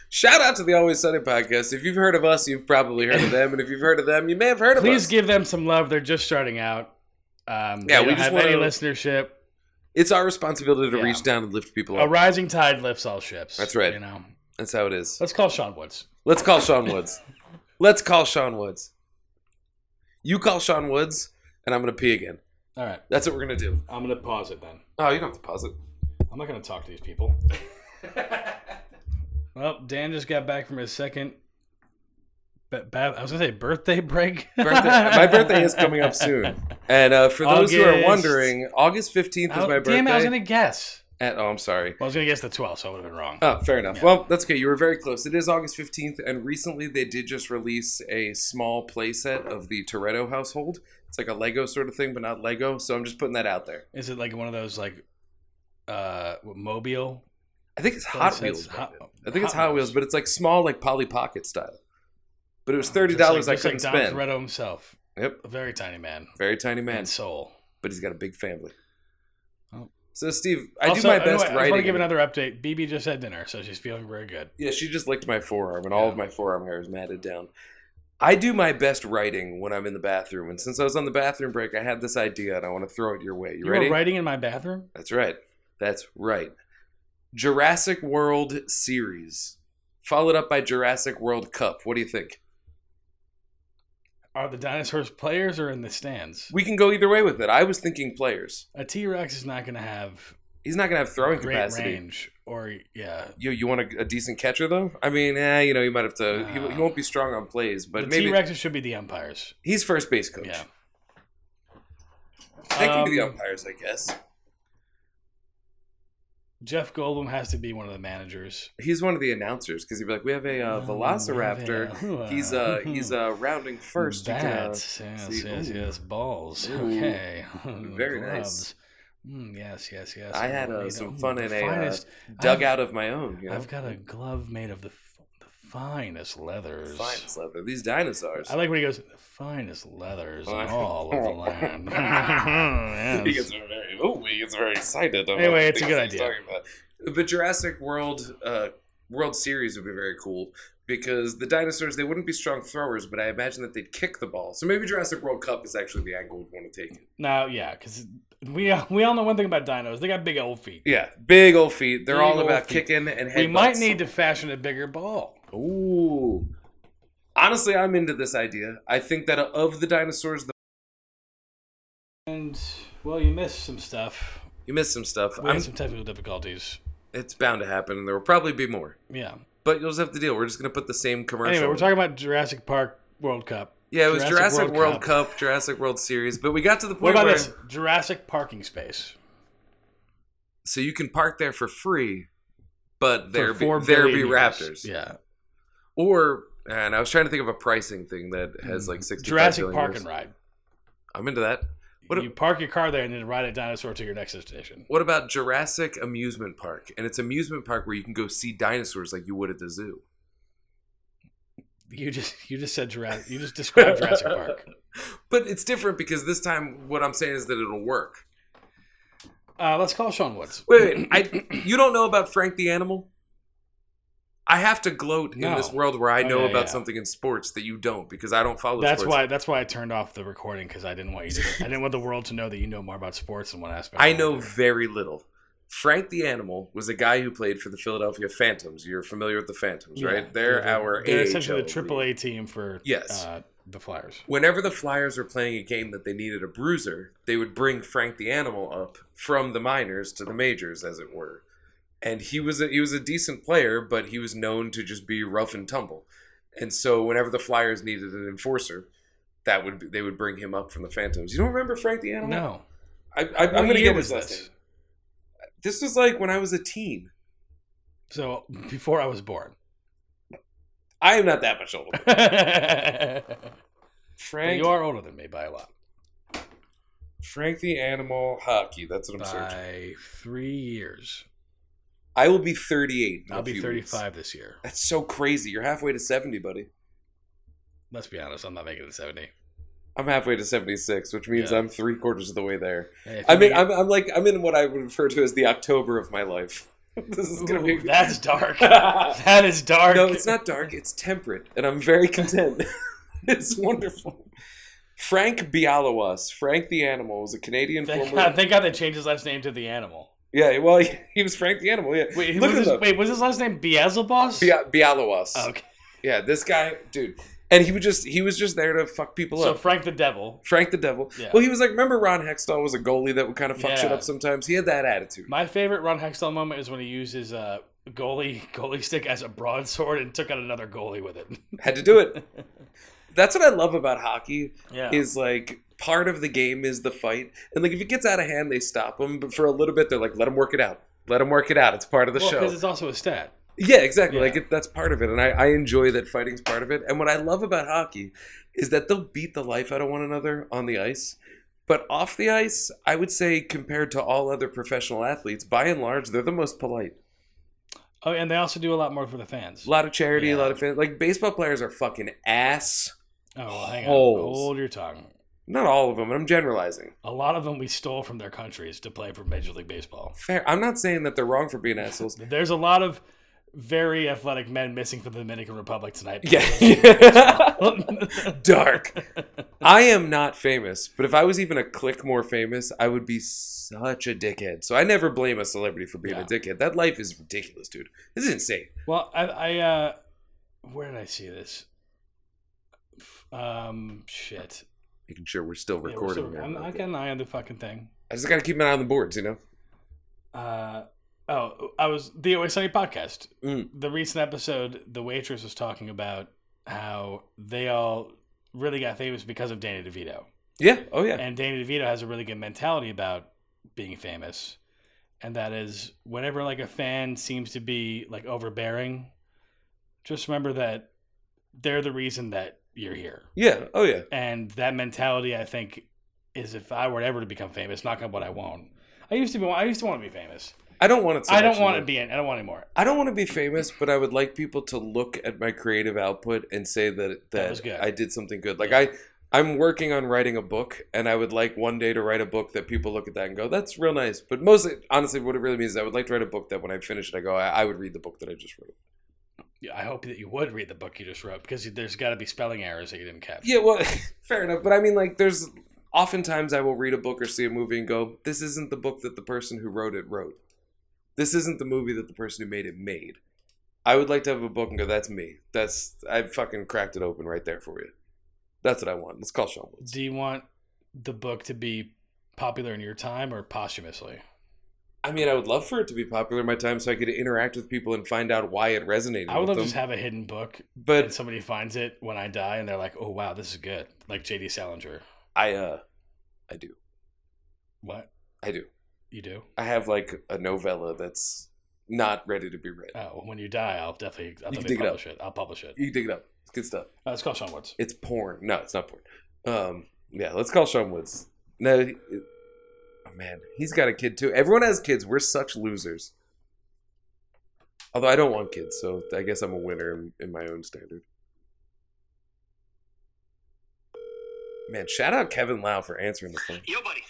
S1: shout out to the Always Sunny podcast. If you've heard of us, you've probably heard of them, and if you've heard of them, you may have heard of us.
S2: Please give them some love. They're just starting out. Um, yeah,
S1: Yeah, we
S2: we don't
S1: just
S2: have any
S1: wanna-
S2: listenership.
S1: It's our responsibility to
S2: Yeah.
S1: reach down and lift people
S2: A
S1: up.
S2: rising tide lifts all ships.
S1: That's right.
S2: You know,
S1: That's how it is.
S2: let's call Sean Woods.
S1: Let's call Sean Woods. Let's call Sean Woods. You call Sean Woods, and I'm gonna pee again.
S2: All right,
S1: That's what we're gonna do.
S2: I'm going to pause it then.
S1: Oh, you don't have to pause it.
S2: I'm not going to talk to these people. well, Dan just got back from his second. Ba- ba- I was going to say birthday break.
S1: Birthday- my birthday is coming up soon, and uh, for those who are
S2: August.
S1: wondering, August 15th is
S2: Oh,
S1: my birthday.
S2: Damn it, I was going to guess.
S1: At- oh, I'm sorry.
S2: Well, I was going to guess the 12th, so I would have been wrong.
S1: Oh, fair enough. Well, that's okay. You were very close. It is August 15th, and recently they did just release a small playset of the Toretto household. It's like a Lego sort of thing, but not Lego. So I'm just putting that out there.
S2: Is it like one of those, like, uh, what, mobile?
S1: I think it's Hot
S2: playsets?
S1: Wheels.
S2: Hot-
S1: I think it's Hot Wheels, but it's like small, like Polly Pocket style. But it was thirty dollars
S2: Oh, Just like,
S1: I
S2: just
S1: couldn't
S2: like
S1: spend.
S2: Don Toretto himself.
S1: Yep,
S2: A very tiny man.
S1: very tiny man,
S2: And soul.
S1: but he's got a big family.
S2: Oh.
S1: So Steve, I
S2: Also,
S1: do my
S2: by the
S1: best
S2: way, I just
S1: writing.
S2: want to give another update. BB just had dinner, so she's feeling very good.
S1: yeah, she just licked my forearm, and all of my forearm hair is matted down. I do my best writing when I'm in the bathroom, and since I was on the bathroom break, I had this idea, and I want to throw it your way. You,
S2: You
S1: ready?
S2: were writing in my bathroom?
S1: That's right. That's right. Jurassic World series, followed up by Jurassic World Cup. What do you think?
S2: Are the dinosaurs players or in the stands?
S1: We can go either way with it. I was thinking players.
S2: A T Rex is not going to have
S1: He's not gonna have throwing
S2: great
S1: capacity.
S2: range, or yeah,
S1: You you want a, a decent catcher though? I mean, eh, you know, you might have to. he, he won't be strong on plays, but
S2: the
S1: maybe
S2: T Rexes should be the umpires.
S1: he's first base coach.
S2: Yeah,
S1: They can be the
S2: Um,
S1: umpires, I guess.
S2: Jeff Goldblum has to be one of the managers.
S1: He's one of the announcers because he'd be like, "We have a uh,
S2: Um,
S1: Velociraptor.
S2: yeah. Ooh,
S1: He's uh he's uh rounding first. You can, uh,
S2: Bats, yes,
S1: see-
S2: yes,
S1: ooh.
S2: yes. Balls.
S1: Ooh.
S2: Okay.
S1: Very
S2: Gloves. Mm, yes, yes, yes.
S1: I had,
S2: Ooh,
S1: uh,
S2: you
S1: some
S2: know,
S1: fun
S2: the
S1: in a, uh,
S2: finest- I've-
S1: dugout of my own. You know?
S2: I've got a glove made of the f- the finest leathers.
S1: Finest leather. These dinosaurs.
S2: I like when he goes, the finest leathers in
S1: Fine. Oh,
S2: all of the land. Yes.
S1: He gets very, oh, he gets very excited. about
S2: Anyway, it's a
S1: things
S2: good
S1: he's
S2: idea.
S1: talking about. The Jurassic World uh, World Series would be very cool because the dinosaurs they wouldn't be strong throwers, but I imagine that they'd kick the ball. So maybe Jurassic World Cup is actually the angle we'd want to take it.
S2: Now, yeah, because we we all know one thing about dinos: they got big old feet.
S1: Yeah, big old feet. They're
S2: Big
S1: all
S2: old
S1: about
S2: feet.
S1: kicking and headbutts.
S2: we might need to fashion a bigger ball.
S1: Ooh. Honestly, I'm into this idea. I think that of the dinosaurs, the,
S2: And well, you missed some stuff.
S1: you missed some stuff.
S2: We
S1: I'm,
S2: had some technical difficulties.
S1: it's bound to happen, and there will probably be more.
S2: Yeah.
S1: But you'll just have to deal. We're just gonna put the same commercial.
S2: Anyway, we're talking about Jurassic Park World Cup.
S1: Yeah, it was Jurassic, World, Cup. Jurassic World Series, but we got to the
S2: What
S1: point
S2: about
S1: where
S2: this Jurassic parking space?
S1: so you can park there for free, but
S2: for
S1: there be,
S2: four
S1: there be
S2: billion
S1: raptors.
S2: years? Yeah,
S1: Or and I was trying to think of a pricing thing that has like sixty
S2: Jurassic Park and Ride.
S1: I'm into that. What a-
S2: you park your car there and then ride a dinosaur to your next destination.
S1: What about Jurassic Amusement Park? And it's amusement park where you can go see dinosaurs like you would at the zoo.
S2: You just you just said Jurassic. You just described Jurassic Park.
S1: But it's different because this time what I'm saying is that it'll work.
S2: Uh, let's call Sean Woods.
S1: Wait, wait I you don't know about Frank the Animal? I have to gloat in
S2: No.
S1: this world where I
S2: Oh,
S1: know
S2: yeah,
S1: about
S2: yeah.
S1: something in sports that you don't because I don't follow
S2: That's
S1: sports.
S2: why that's why I turned off the recording because I didn't want you to, I didn't want the world to know that you know more about sports than one aspect.
S1: I
S2: of
S1: know
S2: it.
S1: very little. Frank the Animal was a guy who played for the Philadelphia Phantoms. You're familiar with the Phantoms,
S2: Yeah,
S1: right? They're,
S2: the-
S1: our
S2: they're
S1: AHL
S2: essentially the
S1: league.
S2: triple A team for
S1: Yes.
S2: uh, the Flyers.
S1: Whenever the Flyers were playing a game that they needed a bruiser, they would bring Frank the Animal up from the minors to the majors, as it were. And he was a, he was a decent player, but he was known to just be rough and tumble. And so, whenever the Flyers needed an enforcer, that would be, they would bring him up from the Phantoms. You don't remember Frank the Animal?
S2: No,
S1: I, I,
S2: What
S1: I'm going to
S2: year
S1: get
S2: was
S1: his last
S2: this?
S1: name. This was like when I was a teen.
S2: so before I was born.
S1: I am not that much older.
S2: But
S1: Frank,
S2: you are older than me by a lot.
S1: Frank the Animal Hockey. That's what I'm searching.
S2: By three years.
S1: I will be 38. in a
S2: I'll be
S1: few weeks.
S2: 35 this year.
S1: That's so crazy. You're halfway to 70, buddy.
S2: Let's be honest, I'm not making it 70.
S1: I'm halfway to 76, which means
S2: Yeah.
S1: I'm three quarters of the way there.
S2: Hey, if
S1: I
S2: you
S1: mean,
S2: make-
S1: I'm, I'm like, I'm in what I would refer to as the October of my life. this is going to
S2: Ooh,
S1: be.
S2: that's dark. that is dark.
S1: No, it's not dark. It's temperate, and I'm very content. it's wonderful. Frank Bialawas, Frank the Animal, was a Canadian
S2: Thank
S1: former.
S2: God, thank God they changed his last name to the animal.
S1: Yeah, well, he, he was Frank the Animal. Yeah,
S2: Wait,
S1: Look
S2: was
S1: at
S2: his,
S1: them.
S2: wait, was his last name Beelzebos?
S1: Bia- Bialawas.
S2: Oh, okay.
S1: Yeah, this guy, dude, and he would just he was just there to fuck people
S2: So
S1: up.
S2: Frank the Devil.
S1: Frank the Devil.
S2: Yeah.
S1: Well, he was like, remember Ron Hextall was a goalie that would kind of fuck shit
S2: Yeah.
S1: up sometimes. He had that attitude.
S2: My favorite Ron Hextall moment is when he used his uh, goalie goalie stick as a broadsword and took out another goalie with it.
S1: Had to do it. That's what I love about hockey
S2: Yeah.
S1: is like part of the game is the fight, and like if it gets out of hand, they stop him. But for a little bit, they're like, let him work it out. Let him work it out. It's part of the
S2: well,
S1: show.
S2: because it's also a stat.
S1: Yeah, exactly.
S2: Yeah.
S1: Like it, that's part of it, and I, I enjoy that fighting's part of it. And what I love about hockey is that they'll beat the life out of one another on the ice, but off the ice, I would say compared to all other professional athletes, by and large, they're the most polite.
S2: Oh, and they also do a lot more for the fans.
S1: A lot of charity,
S2: Yeah.
S1: a lot of fans. Like baseball players are fucking ass.
S2: Oh, well, hang on.
S1: Holes.
S2: Hold your tongue.
S1: Not all of them, and I'm generalizing.
S2: A lot of them we stole from their countries to play for Major League Baseball.
S1: Fair. I'm not saying that they're wrong for being assholes.
S2: There's a lot of very athletic men missing from the Dominican Republic tonight.
S1: Yeah. Dark. I am not famous, but if I was even a click more famous, I would be such a dickhead. So I never blame a celebrity for being
S2: Yeah.
S1: a dickhead. That life is ridiculous, dude. This is insane.
S2: well, I, I uh, where did I see this? Um, shit.
S1: Making sure we're still
S2: Yeah, we're still-
S1: recording. here.
S2: I'm, I got an eye on the fucking thing.
S1: I just gotta keep an eye on the boards, you know.
S2: Uh, oh, I was the Always Sunny podcast.
S1: Mm.
S2: The recent episode, the waitress was talking about how they all really got famous because of Danny DeVito.
S1: Yeah. Oh yeah.
S2: And Danny DeVito has a really good mentality about being famous, and that is whenever like a fan seems to be like overbearing, just remember that they're the reason that you're here.
S1: Yeah. Oh yeah.
S2: And that mentality, I think, is if I were ever to become famous, knock on wood, I won't. I used to be. I used to want to be famous.
S1: I don't want it. So
S2: I don't
S1: much
S2: want to
S1: anymore.
S2: be in. I don't want anymore.
S1: I don't want to be famous, but I would like people to look at my creative output and say that that,
S2: was good.
S1: I did something good. Like
S2: Yeah.
S1: I, I'm working on writing a book, and I would like one day to write a book that people look at that and go, "That's real nice." But mostly, honestly, what it really means is I would like to write a book that when I finish it, I go, "I, I would read the book that I just wrote."
S2: Yeah, I hope that you would read the book you just wrote because there's got to be spelling errors that you didn't catch.
S1: Yeah, well, fair enough. But I mean, like, there's oftentimes I will read a book or see a movie and go, "This isn't the book that the person who wrote it wrote. This isn't the movie that the person who made it made." I would like to have a book and go, "That's me. That's I fucking cracked it open right there for you." That's what I want. Let's call Sean Woods.
S2: Do you want the book to be popular in your time or posthumously?
S1: I mean, I would love for it to be popular in my time, so I could interact with people and find out why it resonated.
S2: I would
S1: with
S2: love to
S1: them.
S2: just have a hidden book and
S1: but
S2: somebody finds it when I die and they're like, "Oh wow, this is good." Like J.D. Salinger.
S1: I, uh, I do,
S2: What
S1: I do.
S2: you do?
S1: I have like a novella that's not ready to be read.
S2: Oh, well, when you die, I'll definitely, I'll
S1: You can
S2: definitely
S1: dig it up.
S2: publish it, I'll publish it.
S1: You can dig it up. It's good stuff.
S2: Uh, it's called Sean Woods.
S1: It's porn. No, it's not porn. Um, yeah, let's call Sean Woods. No, he- oh man, he's got a kid too. Everyone has kids. We're such losers. Although I don't want kids, so I guess I'm a winner in, in my own standard. Man, shout out Kevin Lau for answering the phone.
S4: Yo, buddy.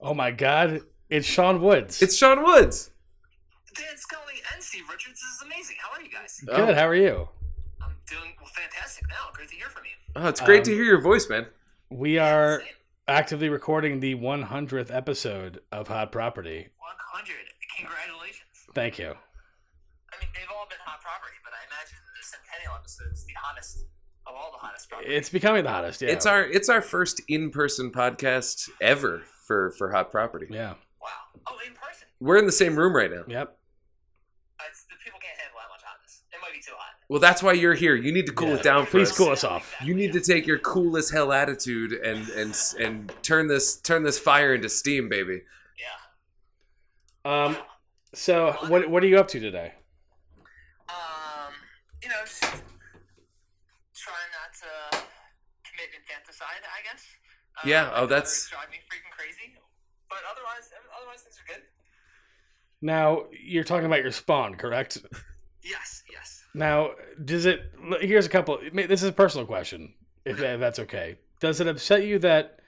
S2: Oh my God, it's Sean Woods.
S1: It's Sean Woods.
S4: Dan Scully and Steve Richards this is amazing. How are you guys?
S1: um,
S2: good.
S1: Oh,
S2: How are you?
S4: I'm doing well, fantastic now. Great to hear from you.
S1: Oh, it's great to
S2: Um,
S1: hear your voice, man.
S2: We are actively recording the 100th episode of Hot Property.
S4: 100. Congratulations.
S2: Thank you.
S4: I mean, they've all been hot property, but I imagine the Centennial episode is the hottest of all the hottest property.
S2: It's becoming the hottest. Yeah.
S1: It's our it's our first in person podcast ever for for Hot Property.
S2: Yeah.
S4: wow. Oh, in person.
S1: We're in the same room right now.
S2: Yep.
S4: It's, the people can't handle that much hotness. It might be too hot.
S1: Well, that's why you're here. You need to cool
S2: Yeah.
S1: it down. for
S2: Please
S1: us.
S2: cool us off.
S1: You need to take your cool as hell attitude and and and turn this turn this fire into steam, baby.
S4: Yeah.
S2: Um. So what what are you up to today?
S4: Um, you know, just trying not to commit infanticide, I guess. Uh,
S1: Yeah, oh,
S4: my
S1: that's-
S4: daughters drive me freaking crazy. But otherwise, um, otherwise things are good.
S2: Now you're talking about your spawn, correct?
S4: Yes, yes.
S2: Now does it? Here's a couple. ma- This is a personal question, if, that- if that's okay. Does it upset you that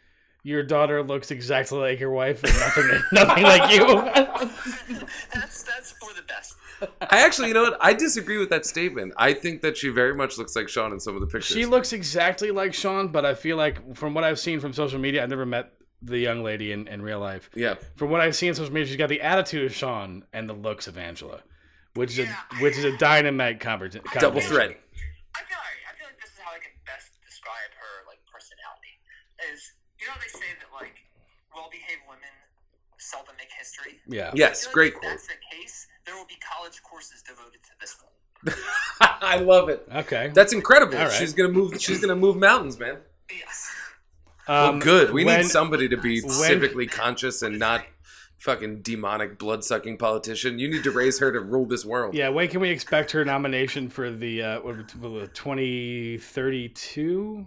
S2: your daughter looks exactly like your wife and nothing nothing like you?
S4: that's that's for the best.
S1: I actually, you know what? I disagree with that statement. I think that she very much looks like Sean in some of the pictures.
S2: She looks exactly like Sean, but I feel like from what I've seen from social media, I've never met the young lady in, in real life.
S1: yeah,
S2: From what I've seen on social media, she's got the attitude of Sean and the looks of Angela, which is
S4: Yeah.
S2: a, which is a dynamite conver- combination.
S1: double threat.
S4: I feel like, I feel like this is how I can best describe her like personality. Is you know they say that like well-behaved women seldom make history.
S2: Yeah.
S1: Yes,
S4: I feel like
S1: great
S4: if
S1: quote.
S4: That's the case. There will be college courses devoted to this one.
S1: I love it.
S2: Okay.
S1: That's incredible.
S2: All right.
S1: She's gonna move. She's gonna move mountains, man.
S4: Yes.
S2: um,
S1: well, good. We
S2: when-
S1: need somebody to be
S4: when-
S1: civically conscious and not fucking demonic, blood sucking politician. You need to raise her to rule this world.
S2: Yeah. When can we expect her nomination for the uh, what, twenty thirty two?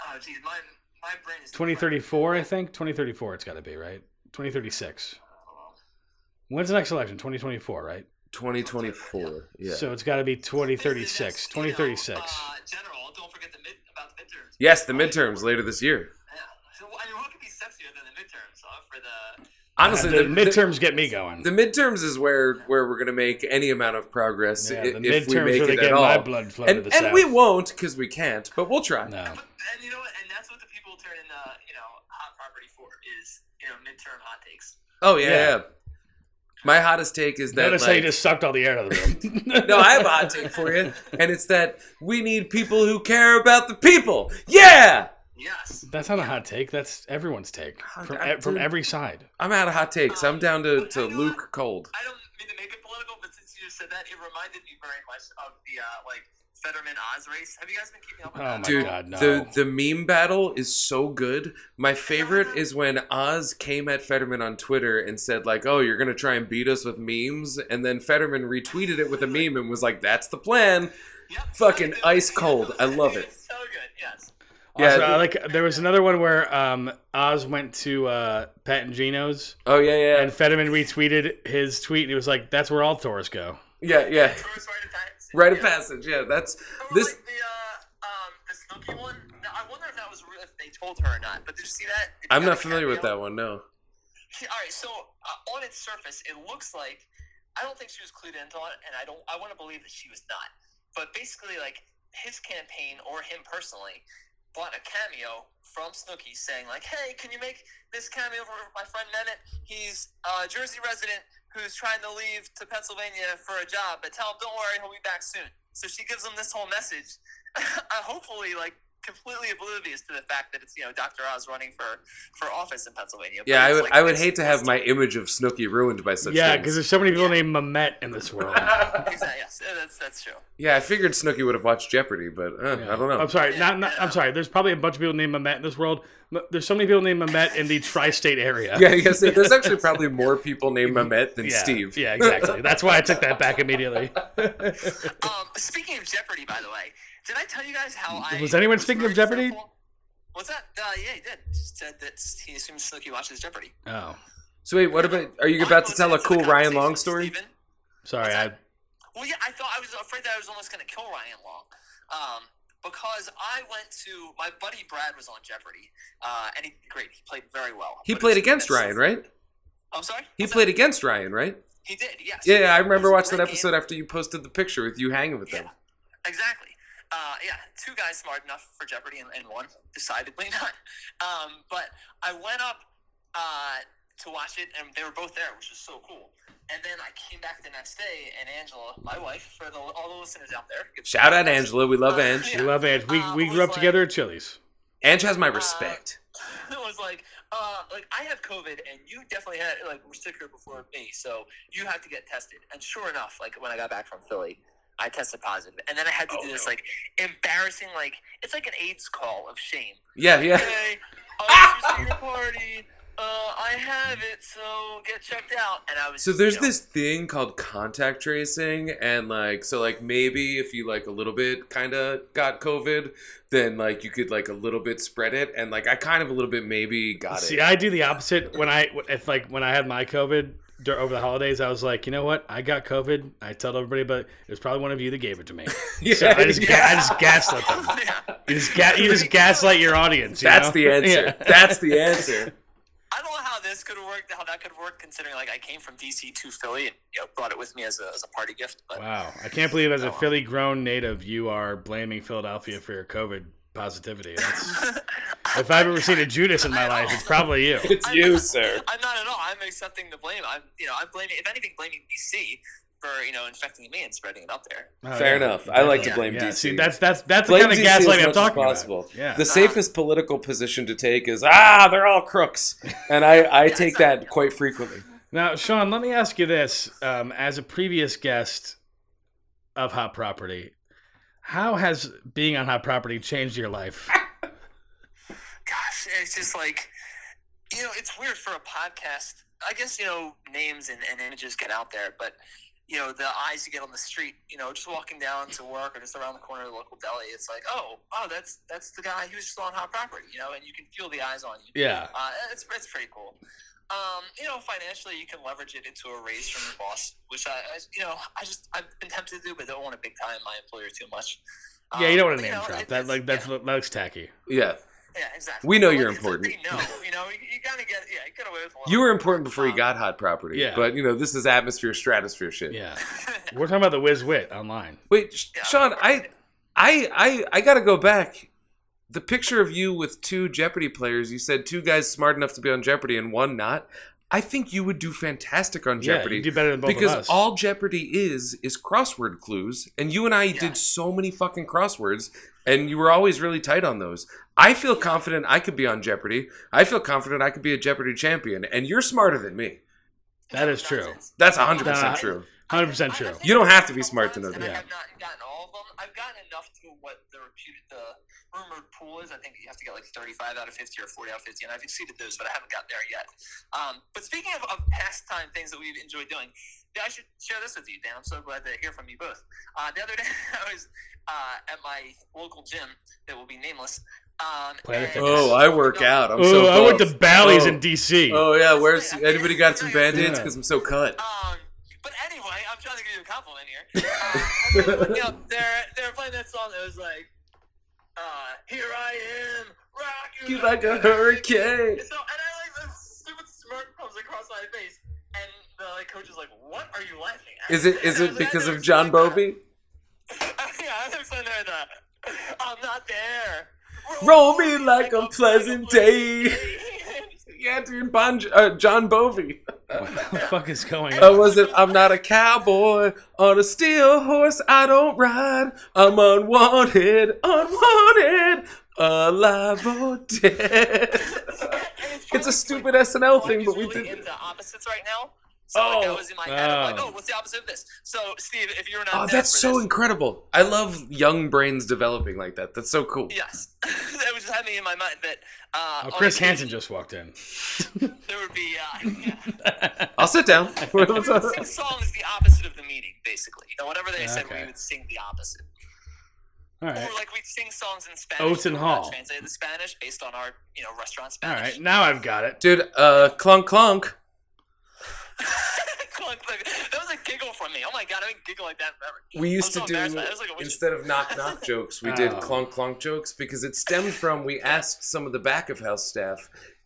S4: Oh, geez, my my brain is
S2: 2034, I think. 2034, it's got to be, right? 2036. When's the next election? 2024, right?
S1: Twenty twenty four. Yeah.
S2: So it's got to be
S4: This is
S2: 2036.
S4: just, you know,
S2: 2036.
S4: Uh, general, don't forget the mid about the midterms.
S1: yes, the midterms later this year.
S4: Yeah. So, I mean, what could be sexier than the midterms? Huh? For the
S1: Honestly,
S2: the, midterms get me going.
S1: The midterms is where where we're going to make any amount of progress
S2: yeah,
S1: i-
S2: the
S1: if we
S2: midterms
S1: make
S2: really
S1: it
S2: get
S1: at
S2: my
S1: all.
S2: blood flowing
S1: And,
S2: to the
S1: and
S2: south.
S1: we won't because we can't, but we'll try.
S2: No.
S4: but, and you know what? And that's what the people turn in the you know hot property for is you know midterm hot takes.
S1: Oh yeah,
S2: Yeah.
S1: yeah. My hottest take is that
S2: Notice how you
S1: like,
S2: just sucked all the air out of the room.
S1: no, I have a hot take for you, and it's that we need people who care about the people. Yeah,
S4: Yes.
S2: That's not a hot take. That's everyone's take from,
S1: I-
S2: e- from
S1: dude.
S2: every side.
S1: I'm out of hot takes. I'm down to,
S4: But
S1: to
S4: you know
S1: Luke Cold.
S4: I don't mean to make it political, but since you just said that, it reminded me very much of the uh, like Fetterman Oz race. Have you guys been keeping up with
S2: Oh
S4: that?
S2: my
S1: Dude,
S2: God, no.
S1: the the meme battle is so good. My favorite is when Oz came at Fetterman on Twitter and said like, "Oh, you're gonna try and beat us with memes," and then Fetterman retweeted it with a meme and was like, "That's the plan."
S4: Yep.
S1: Fucking
S4: Dude,
S1: ice cold. I love it.
S4: It's so good. Yes.
S1: Yeah.
S2: Also, I like there was another one where um, Oz went to uh, Pat and Gino's,
S1: Oh yeah, yeah,
S2: and Fetterman retweeted his tweet. And it was like, "That's where all tourists go."
S1: yeah, yeah.
S4: Tourist rite of passage.
S1: Right of
S4: Yeah.
S1: passage. Yeah, that's
S4: Or
S1: this.
S4: like the uh, um, the Snooki one. Now, I wonder if that was real, if they told her or not. But did you see that? Did you
S1: I'm
S4: have
S1: not
S4: the
S1: familiar with
S4: cameo?
S1: that one. No.
S4: She- All right, so uh, on its surface, it looks like I don't think she was clued into it, and I don't. I want to believe that she was not. But basically, like his campaign or him personally bought a cameo from Snooki saying like, "Hey, can you make this cameo for my friend Mehmet? He's a Jersey resident who's trying to leave to Pennsylvania for a job, but tell him don't worry, he'll be back soon." So she gives him this whole message, uh, hopefully like completely oblivious to the fact that it's you know Dr. Oz running for for office in Pennsylvania. But
S1: Yeah, I
S4: it's,
S1: would.
S4: like,
S1: I would
S4: this
S1: hate to have
S4: message.
S1: my image of Snooki ruined by such.
S2: yeah, because
S1: because
S2: there's so many people named Mamet in this world.
S4: Exactly. Yes, yeah, that's that's true.
S1: yeah, I figured Snooki would have watched Jeopardy, but uh, I don't know.
S2: am sorry,
S4: Yeah,
S2: not, not.
S4: yeah.
S2: I'm sorry. There's probably a bunch of people named Mamet in this world. M- There's so many people named Mamet in the tri-state area.
S1: Yeah, yes. There's actually probably more people named Mehmet than
S2: Yeah,
S1: Steve.
S2: Yeah, exactly. That's why I took that back immediately.
S4: Um, speaking of Jeopardy, by the way, did I tell you guys how I
S2: Was anyone
S4: was
S2: speaking of
S4: very
S2: Jeopardy?
S4: careful- What's that? Uh, yeah, he did. He said that he assumes Snooki watches Jeopardy.
S2: Oh,
S1: So wait, what about? Are you
S4: Mine
S1: about to
S4: was
S1: tell a
S4: into the
S1: cool Ryan
S4: conversation
S1: Long
S4: with
S1: story?
S4: Steven.
S2: sorry. I,
S4: Well, yeah, I thought I was afraid that I was almost going to kill Ryan Long, um, because I went to my buddy Brad was on Jeopardy, uh, and he great, he played very well.
S1: He
S4: But it
S1: played
S4: was-
S1: against
S4: that's-
S1: Ryan, right?
S4: I'm sorry.
S1: He
S4: What's that?
S1: played against Ryan, right?
S4: He did. Yes.
S1: Yeah, yeah, I remember
S4: It was a
S1: watching that
S4: great game.
S1: episode after you posted the picture with you hanging with them.
S4: Yeah, exactly. Uh, yeah, two guys smart enough for Jeopardy and, and one decidedly not. Um, but I went up uh, to watch it, and they were both there, which was so cool. And then I came back the next day, and Angela, my wife, for the, all the listeners out there, give-
S1: Shout out Angela, we love
S4: Uh,
S1: Ange.
S2: we love Ange. We,
S4: Uh,
S2: we
S4: it
S2: grew
S4: was
S2: up together at Chili's.
S1: Ange has my respect.
S4: it was like, uh, like I have COVID, and you definitely had like were sicker before me, so you have to get tested. And sure enough, like when I got back from Philly, I tested positive, and then I had to
S1: Oh,
S4: do this like embarrassing, like it's like an AIDS call of shame.
S1: Yeah, yeah.
S4: Hey, I was just at a party. Uh, I have it, so get checked out. And I was
S1: So there's
S4: you know,
S1: this thing called contact tracing, and like, so like maybe if you like a little bit kind of got COVID, then like you could like a little bit spread it, and like I kind of a little bit maybe got
S2: See,
S1: it.
S2: I do the opposite. When I if like when I had my COVID dur- over the holidays, I was like, you know what? I got COVID. I told everybody, but it was probably one of you that gave it to me.
S1: Yeah,
S2: So I just, ga- I just gaslit them.
S4: yeah.
S2: You just, ga- you just gaslight your audience. you
S1: that's
S2: know?
S1: the answer.
S2: Yeah.
S1: That's the answer.
S4: I don't know how this could work, how that could work, considering like I came from DC to Philly and you know, brought it with me as a, as a party gift. But
S2: Wow, I can't believe as a
S4: Oh.
S2: Philly grown native, you are blaming Philadelphia for your COVID positivity. That's, if I've ever seen a Judas in my life, it's probably you.
S1: It's you, sir.
S4: I'm not at all. I'm accepting the blame. I'm you know I'm blaming if anything blaming DC for you know infecting me and spreading it out there.
S2: Oh,
S1: Fair
S2: yeah.
S1: enough. I like to
S4: Yeah,
S1: blame
S2: Yeah,
S1: DC.
S2: see, that's that's that's
S1: Blame
S2: the kind
S1: DC
S2: of gaslighting
S1: as much
S2: I'm
S1: as
S2: talking
S1: possible.
S2: about. Yeah,
S1: The safest political position to take is ah, they're all crooks, and I, I take that quite frequently.
S2: Now, Sean, let me ask you this: um, as a previous guest of Hot Property, how has being on Hot Property changed your life?
S4: gosh, it's just like, you know, it's weird for a podcast. I guess, you know, names and, and images get out there, but, you know, the eyes you get on the street, you know, just walking down to work or just around the corner of the local deli, it's like, oh, oh, that's that's the guy who's just on hot property, you know, and you can feel the eyes on you.
S2: Yeah,
S4: Uh, it's, it's pretty cool. Um, you know, financially, you can leverage it into a raise from your boss, which I, I you know, I just I've been tempted to do, but don't want to big time my employer too much.
S2: yeah, you don't
S4: Um,
S2: want to
S4: but,
S2: name
S4: know,
S2: drop
S4: it-
S2: that.
S4: it's-
S2: Like
S4: yeah.
S2: that's that looks tacky.
S1: Yeah,
S4: Yeah, exactly.
S1: We know
S4: But,
S1: you're
S4: like, it's like
S1: important.
S4: they know, you know, you, you gotta get, yeah, you get away with a lot.
S1: you were important before you got hot property.
S2: Um, Yeah.
S1: but you know this is atmosphere, stratosphere shit.
S2: Yeah, we're talking about the Whiz Wit online.
S1: Wait, Sh-
S4: Yeah.
S1: Sean, I, I, I, I gotta go back. The picture of you with two Jeopardy players. You said two guys smart enough to be on Jeopardy and one not. I think you would do fantastic on
S2: Yeah,
S1: Jeopardy.
S2: you do better than both
S1: because
S2: of us.
S1: all Jeopardy is is crossword clues, and you and I
S4: Yeah.
S1: did so many fucking crosswords, and you were always really tight on those. I feel confident I could be on Jeopardy. I feel confident I could be a Jeopardy champion, and you're smarter than me.
S2: that is true,
S1: That's hundred
S2: Nah.
S1: percent true.
S2: hundred percent true.
S1: You don't have to be smart to know
S4: that.
S2: that.
S4: I have not gotten all of them. I've gotten enough to what the reputed, the rumored pool is. I think you have to get like 35 out of 50 or 40 out of 50, and I've exceeded those, but I haven't got there yet. Um, but speaking of, of pastime things that we've enjoyed doing, I should share this with you, Dan. I'm so glad to hear from you both. Uh, the other day, I was uh, at my local gym that will be nameless, Um,
S2: Planet
S4: and-
S2: Fitness.
S1: Oh, I work out. I'm
S2: oh,
S1: so
S2: I went
S1: buff.
S2: to Bally's
S1: Oh.
S2: in D.C.
S1: Oh yeah, where's anybody got some band aids?
S2: Yeah.
S1: Because I'm so cut.
S4: Um, but anyway, I'm trying to give you a compliment here. Uh, I was looking up, they're they're playing that song that was like, uh, "Here I am, rock you
S1: You like a hurricane.
S4: And so, and I like the stupid smirk comes across my face, and the like, coach is like, "What are you laughing at?"
S1: Is it is
S4: And
S1: it
S4: I was like,
S1: because
S4: "I
S1: of
S4: never
S1: John
S4: said that."
S1: Bovey?
S4: yeah, I was sitting there that. I'm not there.
S1: Roll me like a pleasant day. Yeah, dude, bon, uh, John Bovey.
S2: What the fuck is going on?
S1: I wasn't. I'm not a cowboy on a steel horse. I don't ride. I'm unwanted, unwanted, alive or dead. It's a stupid SNL thing, but we
S4: really
S1: did.
S4: into opposites right now. So oh, like,
S1: Oh.
S4: that was in my head. I'm like,
S2: Oh.
S4: oh, what's the opposite of this? So, Steve, if you're not,
S1: Oh,
S4: there
S1: that's
S4: for
S1: so
S4: this-
S1: incredible. I love young brains developing like that. That's so cool.
S4: Yes, that was just having in my mind that. Uh,
S2: Oh,
S4: on
S2: Chris Hansen
S4: occasion,
S2: just walked in.
S4: There would be. Uh, yeah.
S1: I'll sit down.
S4: we would sing songs the opposite of the meaning, basically. You know, whatever they said,
S2: Okay.
S4: we would sing the opposite.
S2: All
S4: Or
S2: right.
S4: like we'd sing songs in Spanish.
S2: Oates
S4: that
S2: and
S4: were not
S2: Hall.
S4: Translated to Spanish based on our, you know, restaurant
S2: All
S4: Spanish.
S2: right. Now I've got it.
S1: Dude, uh, clunk clonk.
S4: Clunk, clunk. that was a giggle from me. Oh my god, I haven't giggled like that forever.
S1: We used
S4: so
S1: to do
S4: embarrassed by it. It was like a wish-
S1: instead of knock knock jokes, we did
S2: Oh.
S1: clunk clunk jokes because it stemmed from we asked some of the back of house staff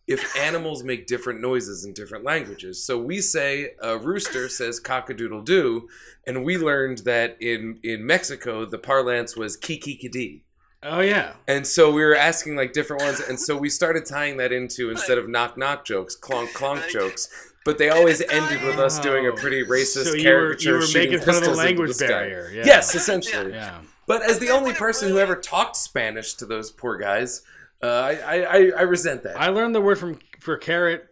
S1: if animals make different noises in different languages. So we say a rooster says cockadoodle doo, and we learned that in in Mexico the parlance was kikikidi.
S2: Oh yeah.
S1: And so we were asking like different ones, and so we started tying that into instead of knock knock jokes, clonk clonk jokes. But they always ended with us doing a pretty racist
S2: Oh. so you were,
S1: caricature
S2: you were
S1: shooting
S2: making fun of the
S1: pistols into
S2: language
S1: sky.
S2: barrier. Yeah.
S1: Yes, essentially.
S2: Yeah.
S1: But as the only person who ever talked Spanish to those poor guys, uh, I, I, I, I resent that.
S2: I learned the word from for carrot. Ah,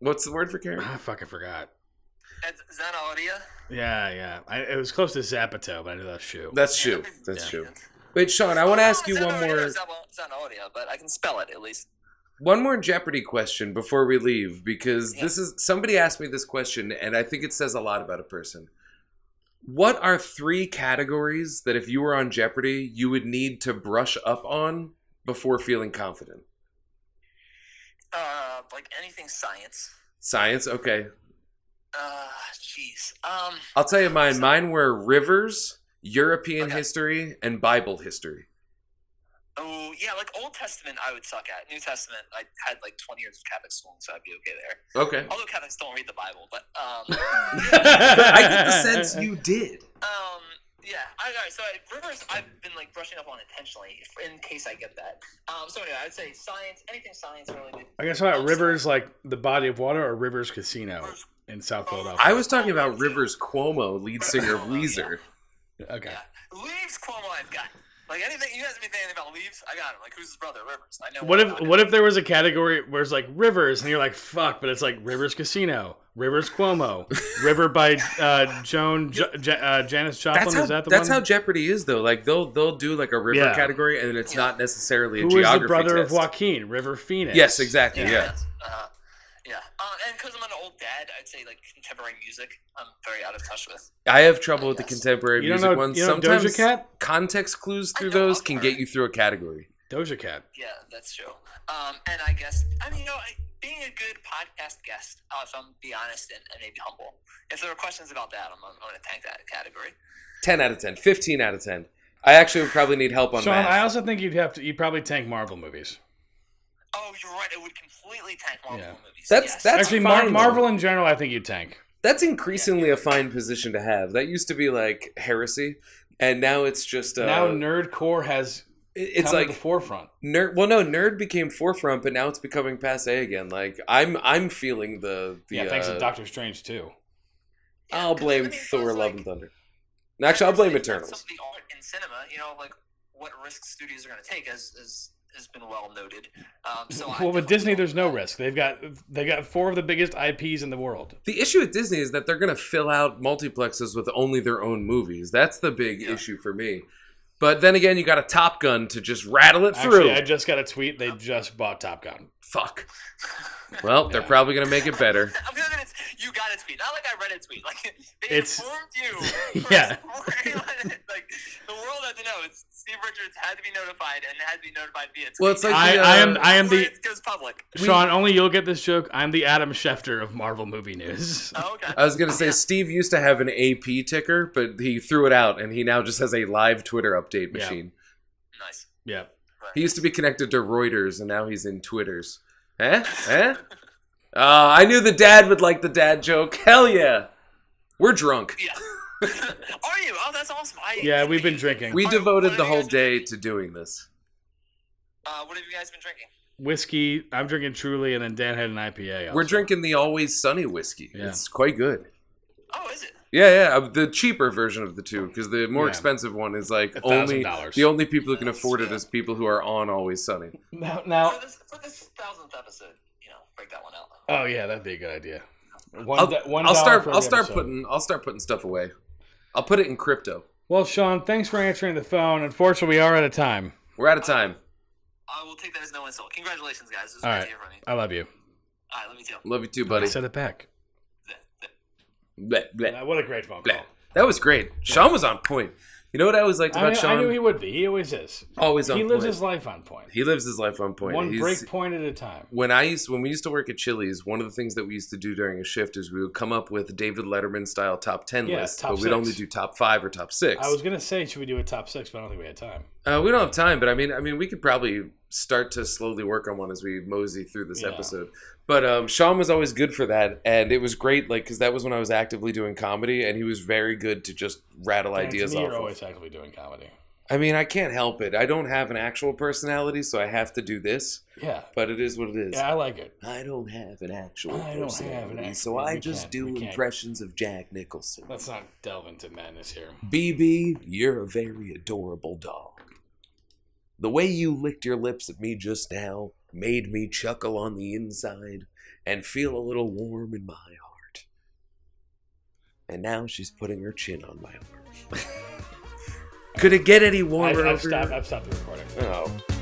S1: What's the word for Karen?
S2: I fucking forgot.
S4: That's zanahoria.
S2: Yeah, yeah. I, it was close to Zapato, but I knew that was shoe.
S1: That's true. That's
S2: Yeah.
S1: true. Wait, Sean, I want to ask you
S4: Zanahoria
S1: one more
S4: or zan- Zanahoria, but I can spell it at least.
S1: one more Jeopardy question before we leave because
S4: Yeah.
S1: this is somebody asked me this question and I think it says a lot about a person. What are three categories that if you were on Jeopardy, you would need to brush up on before feeling confident?
S4: Uh, like anything science.
S1: Science, okay.
S4: Uh, jeez. Um,
S1: I'll tell you mine. Mine were rivers, European
S4: Okay.
S1: history, and Bible history.
S4: oh yeah, like Old Testament, I would suck at. New Testament, I had like 20 years of Catholic school, so I'd be okay there.
S1: Okay.
S4: Although Catholics don't read the Bible, but um,
S1: I
S2: I
S1: get the sense you did.
S4: um, yeah. I, all right, so I, rivers, I've been like brushing up on intentionally if- in case I get that. Um, so anyway, I would say science, anything science related.
S2: I guess about Rivers, like the body of water, or Rivers Casino in South Philadelphia.
S1: I was talking about Rivers Cuomo, lead singer of Weezer.
S2: Okay.
S4: Leaves Cuomo, I've got. Like anything, you guys been thinking about leaves? I got him. Like who's his brother? Rivers. I know.
S2: What
S4: I'm
S2: if
S4: not.
S2: what if there was a category where it's like Rivers, and you're like fuck, but it's like Rivers Casino, Rivers Cuomo, River by uh, Joan J- J- uh, Janice Joplin.
S1: That's how
S2: is that the
S1: that's
S2: one?
S1: how Jeopardy is though. Like they'll they'll do like a river
S2: Yeah.
S1: category, and it's not necessarily a
S2: Who is
S1: geography
S2: the brother
S1: test.
S2: of Joaquin? River Phoenix.
S1: Yes, exactly. Yeah.
S4: Uh, yeah. Um, and because I'm an old dad, I'd say like contemporary music. I'm very out of touch with.
S1: I have trouble with the
S4: Yes.
S1: contemporary
S2: You don't
S1: music
S2: know,
S1: ones.
S2: you don't know
S1: Sometimes
S2: Doja Cat?
S1: context clues
S4: I
S1: through
S4: know
S1: those
S4: of
S1: can
S4: her.
S1: get you through a category.
S2: Doja Cat.
S4: Yeah, that's true. Um, and I guess I mean you know I, being a good podcast guest, uh, if I'm be honest and, and maybe humble. If there are questions about that, I'm, I'm going to tank that category.
S1: Ten out of ten. Fifteen out of ten. I actually would probably need help on
S2: Sean,
S1: math.
S2: I also think you'd have to. You'd probably tank Marvel movies.
S4: Oh, you're right. It would completely tank Marvel
S2: Yeah.
S4: movies.
S1: That's-
S4: yes.
S1: that's-
S2: Actually, Mar-
S1: fine,
S2: Marvel
S1: though.
S2: in general, I think you'd tank.
S1: That's increasingly a fine position to have. That used to be like heresy, and now it's just uh,
S2: now nerdcore has
S1: it-
S2: it's
S1: it's
S2: come like,
S1: like
S2: to the forefront.
S1: nerd. Well, no, nerd became forefront, but now it's becoming passe again. Like I'm, I'm feeling the the.
S2: Yeah, thanks
S1: uh,
S2: to Doctor Strange too.
S4: Yeah,
S1: I'll
S4: 'cause, I
S1: blame
S4: mean, it
S1: Thor:
S4: feels
S1: Love
S4: like-
S1: and Thunder. No, actually, I'll
S4: There's,
S1: blame
S4: like, Some
S1: Eternals.
S4: of the art in cinema, you know, like what risk studios are going to take, as, as has been well noted. Um, so I
S2: well, with
S4: definitely
S2: Disney,
S4: don't-
S2: there's no risk. They've got they got four of the biggest IPs in the world.
S1: The issue with Disney is that they're going to fill out multiplexes with only their own movies. That's the big
S4: Yeah.
S1: issue for me. But then again, you got a Top Gun to just rattle it through.
S2: Actually, I just got a tweet. They just bought Top Gun.
S1: Fuck. Well, they're
S2: Yeah.
S1: probably going to make it better.
S4: I'm gonna it's you got a tweet. Not like I read a tweet. Like they
S2: It's-
S4: informed you.
S2: Yeah.
S4: first. like the world had to know. It's Steve Richards had to be notified and had to be notified via tweet.
S1: Well, it's like
S2: I,
S1: the,
S2: I
S1: uh,
S2: am I am
S4: Before
S2: the
S4: it goes public.
S2: Sean. Only you'll get this joke. I'm the Adam Schefter of Marvel movie news.
S4: Oh, okay.
S1: I was gonna say Steve used to have an AP ticker, but he threw it out, and he now just has a live Twitter update
S2: Yeah.
S1: machine.
S4: nice.
S2: Yeah,
S1: He used to be connected to Reuters, and now he's in Twitters. Eh? Eh? Ah, I knew the dad would like the dad joke. Hell yeah! We're drunk.
S4: Yeah. Are you? Oh, that's awesome. I,
S2: yeah. We've been drinking
S1: We
S4: Are-
S1: devoted
S4: are
S1: the
S4: you
S1: whole
S4: guys-
S1: day to doing this.
S4: Uh, what have you guys been drinking?
S2: whiskey. I'm drinking Truly, and then Dan had an IPA. also.
S1: We're drinking the Always Sunny whiskey.
S2: Yeah.
S1: It's quite good.
S4: Oh, is it?
S1: Yeah, yeah. uh, The cheaper version of the two, because the more
S2: Yeah.
S1: expensive one is like
S2: thousand
S1: only
S2: dollars.
S1: the only people who can afford it is people who are on Always Sunny.
S2: now, now.
S4: For this, for this thousandth episode, you know, break that one out.
S2: Oh yeah, that'd be a good idea. One,
S1: I'll,
S2: do- one
S1: I'll
S2: dollar
S1: start.
S2: for
S1: I'll
S2: every
S1: start
S2: episode.
S1: putting. I'll start putting stuff away. I'll put it in crypto.
S2: Well, Sean, thanks for answering the phone. Unfortunately, we are out of time.
S1: We're out of time.
S4: I will take that as no insult. Congratulations, guys. This is
S2: All
S4: great to
S2: right.
S4: hear from you.
S2: I love you.
S4: All right, let me tell.
S1: Love you too, buddy.
S2: I said it back.
S1: Bleh, bleh,
S2: What a great phone call.
S1: bleh. That was great. Sean was on point. You know what I always liked
S2: I
S1: about
S2: knew, I
S1: Sean?
S2: knew he would be. He always is.
S1: always on
S2: He lives
S1: point.
S2: his life on point.
S1: he lives his life on point.
S2: One
S1: He's-
S2: break point at a time.
S1: when I used when we used to work at Chili's, one of the things that we used to do during a shift is we would come up with David Letterman style top ten
S2: Yeah,
S1: lists,
S2: top
S1: but we'd
S2: six.
S1: only do top five or top six.
S2: I was gonna say, should we do a top six? But I don't think we had time.
S1: uh, we don't have time, but I mean, I mean, we could probably start to slowly work on one as we mosey through this
S2: Yeah.
S1: episode. But um, Sean was always good for that, and it was great, like because that was when I was actively doing comedy, and he was very good to just rattle
S2: Dan,
S1: ideas
S2: to me,
S1: off.
S2: You're
S1: of.
S2: always actively doing comedy.
S1: I mean, I can't help it. I don't have an actual personality, so I have to do this.
S2: Yeah,
S1: But it is what it is.
S2: yeah, I like it.
S1: I don't have an actual
S2: I don't have an
S1: personality,
S2: actual-
S1: so I
S2: we
S1: just
S2: can't-
S1: do
S2: we can't.
S1: impressions of Jack Nicholson.
S2: Let's not delve into madness here.
S1: BB, you're a very adorable dog. The way you licked your lips at me just now made me chuckle on the inside and feel a little warm in my heart. And now she's putting her chin on my arm. Could it get any
S2: I've,
S1: warmer?
S2: I've
S1: over here?
S2: stopped. I've stopped the recording.
S1: Oh.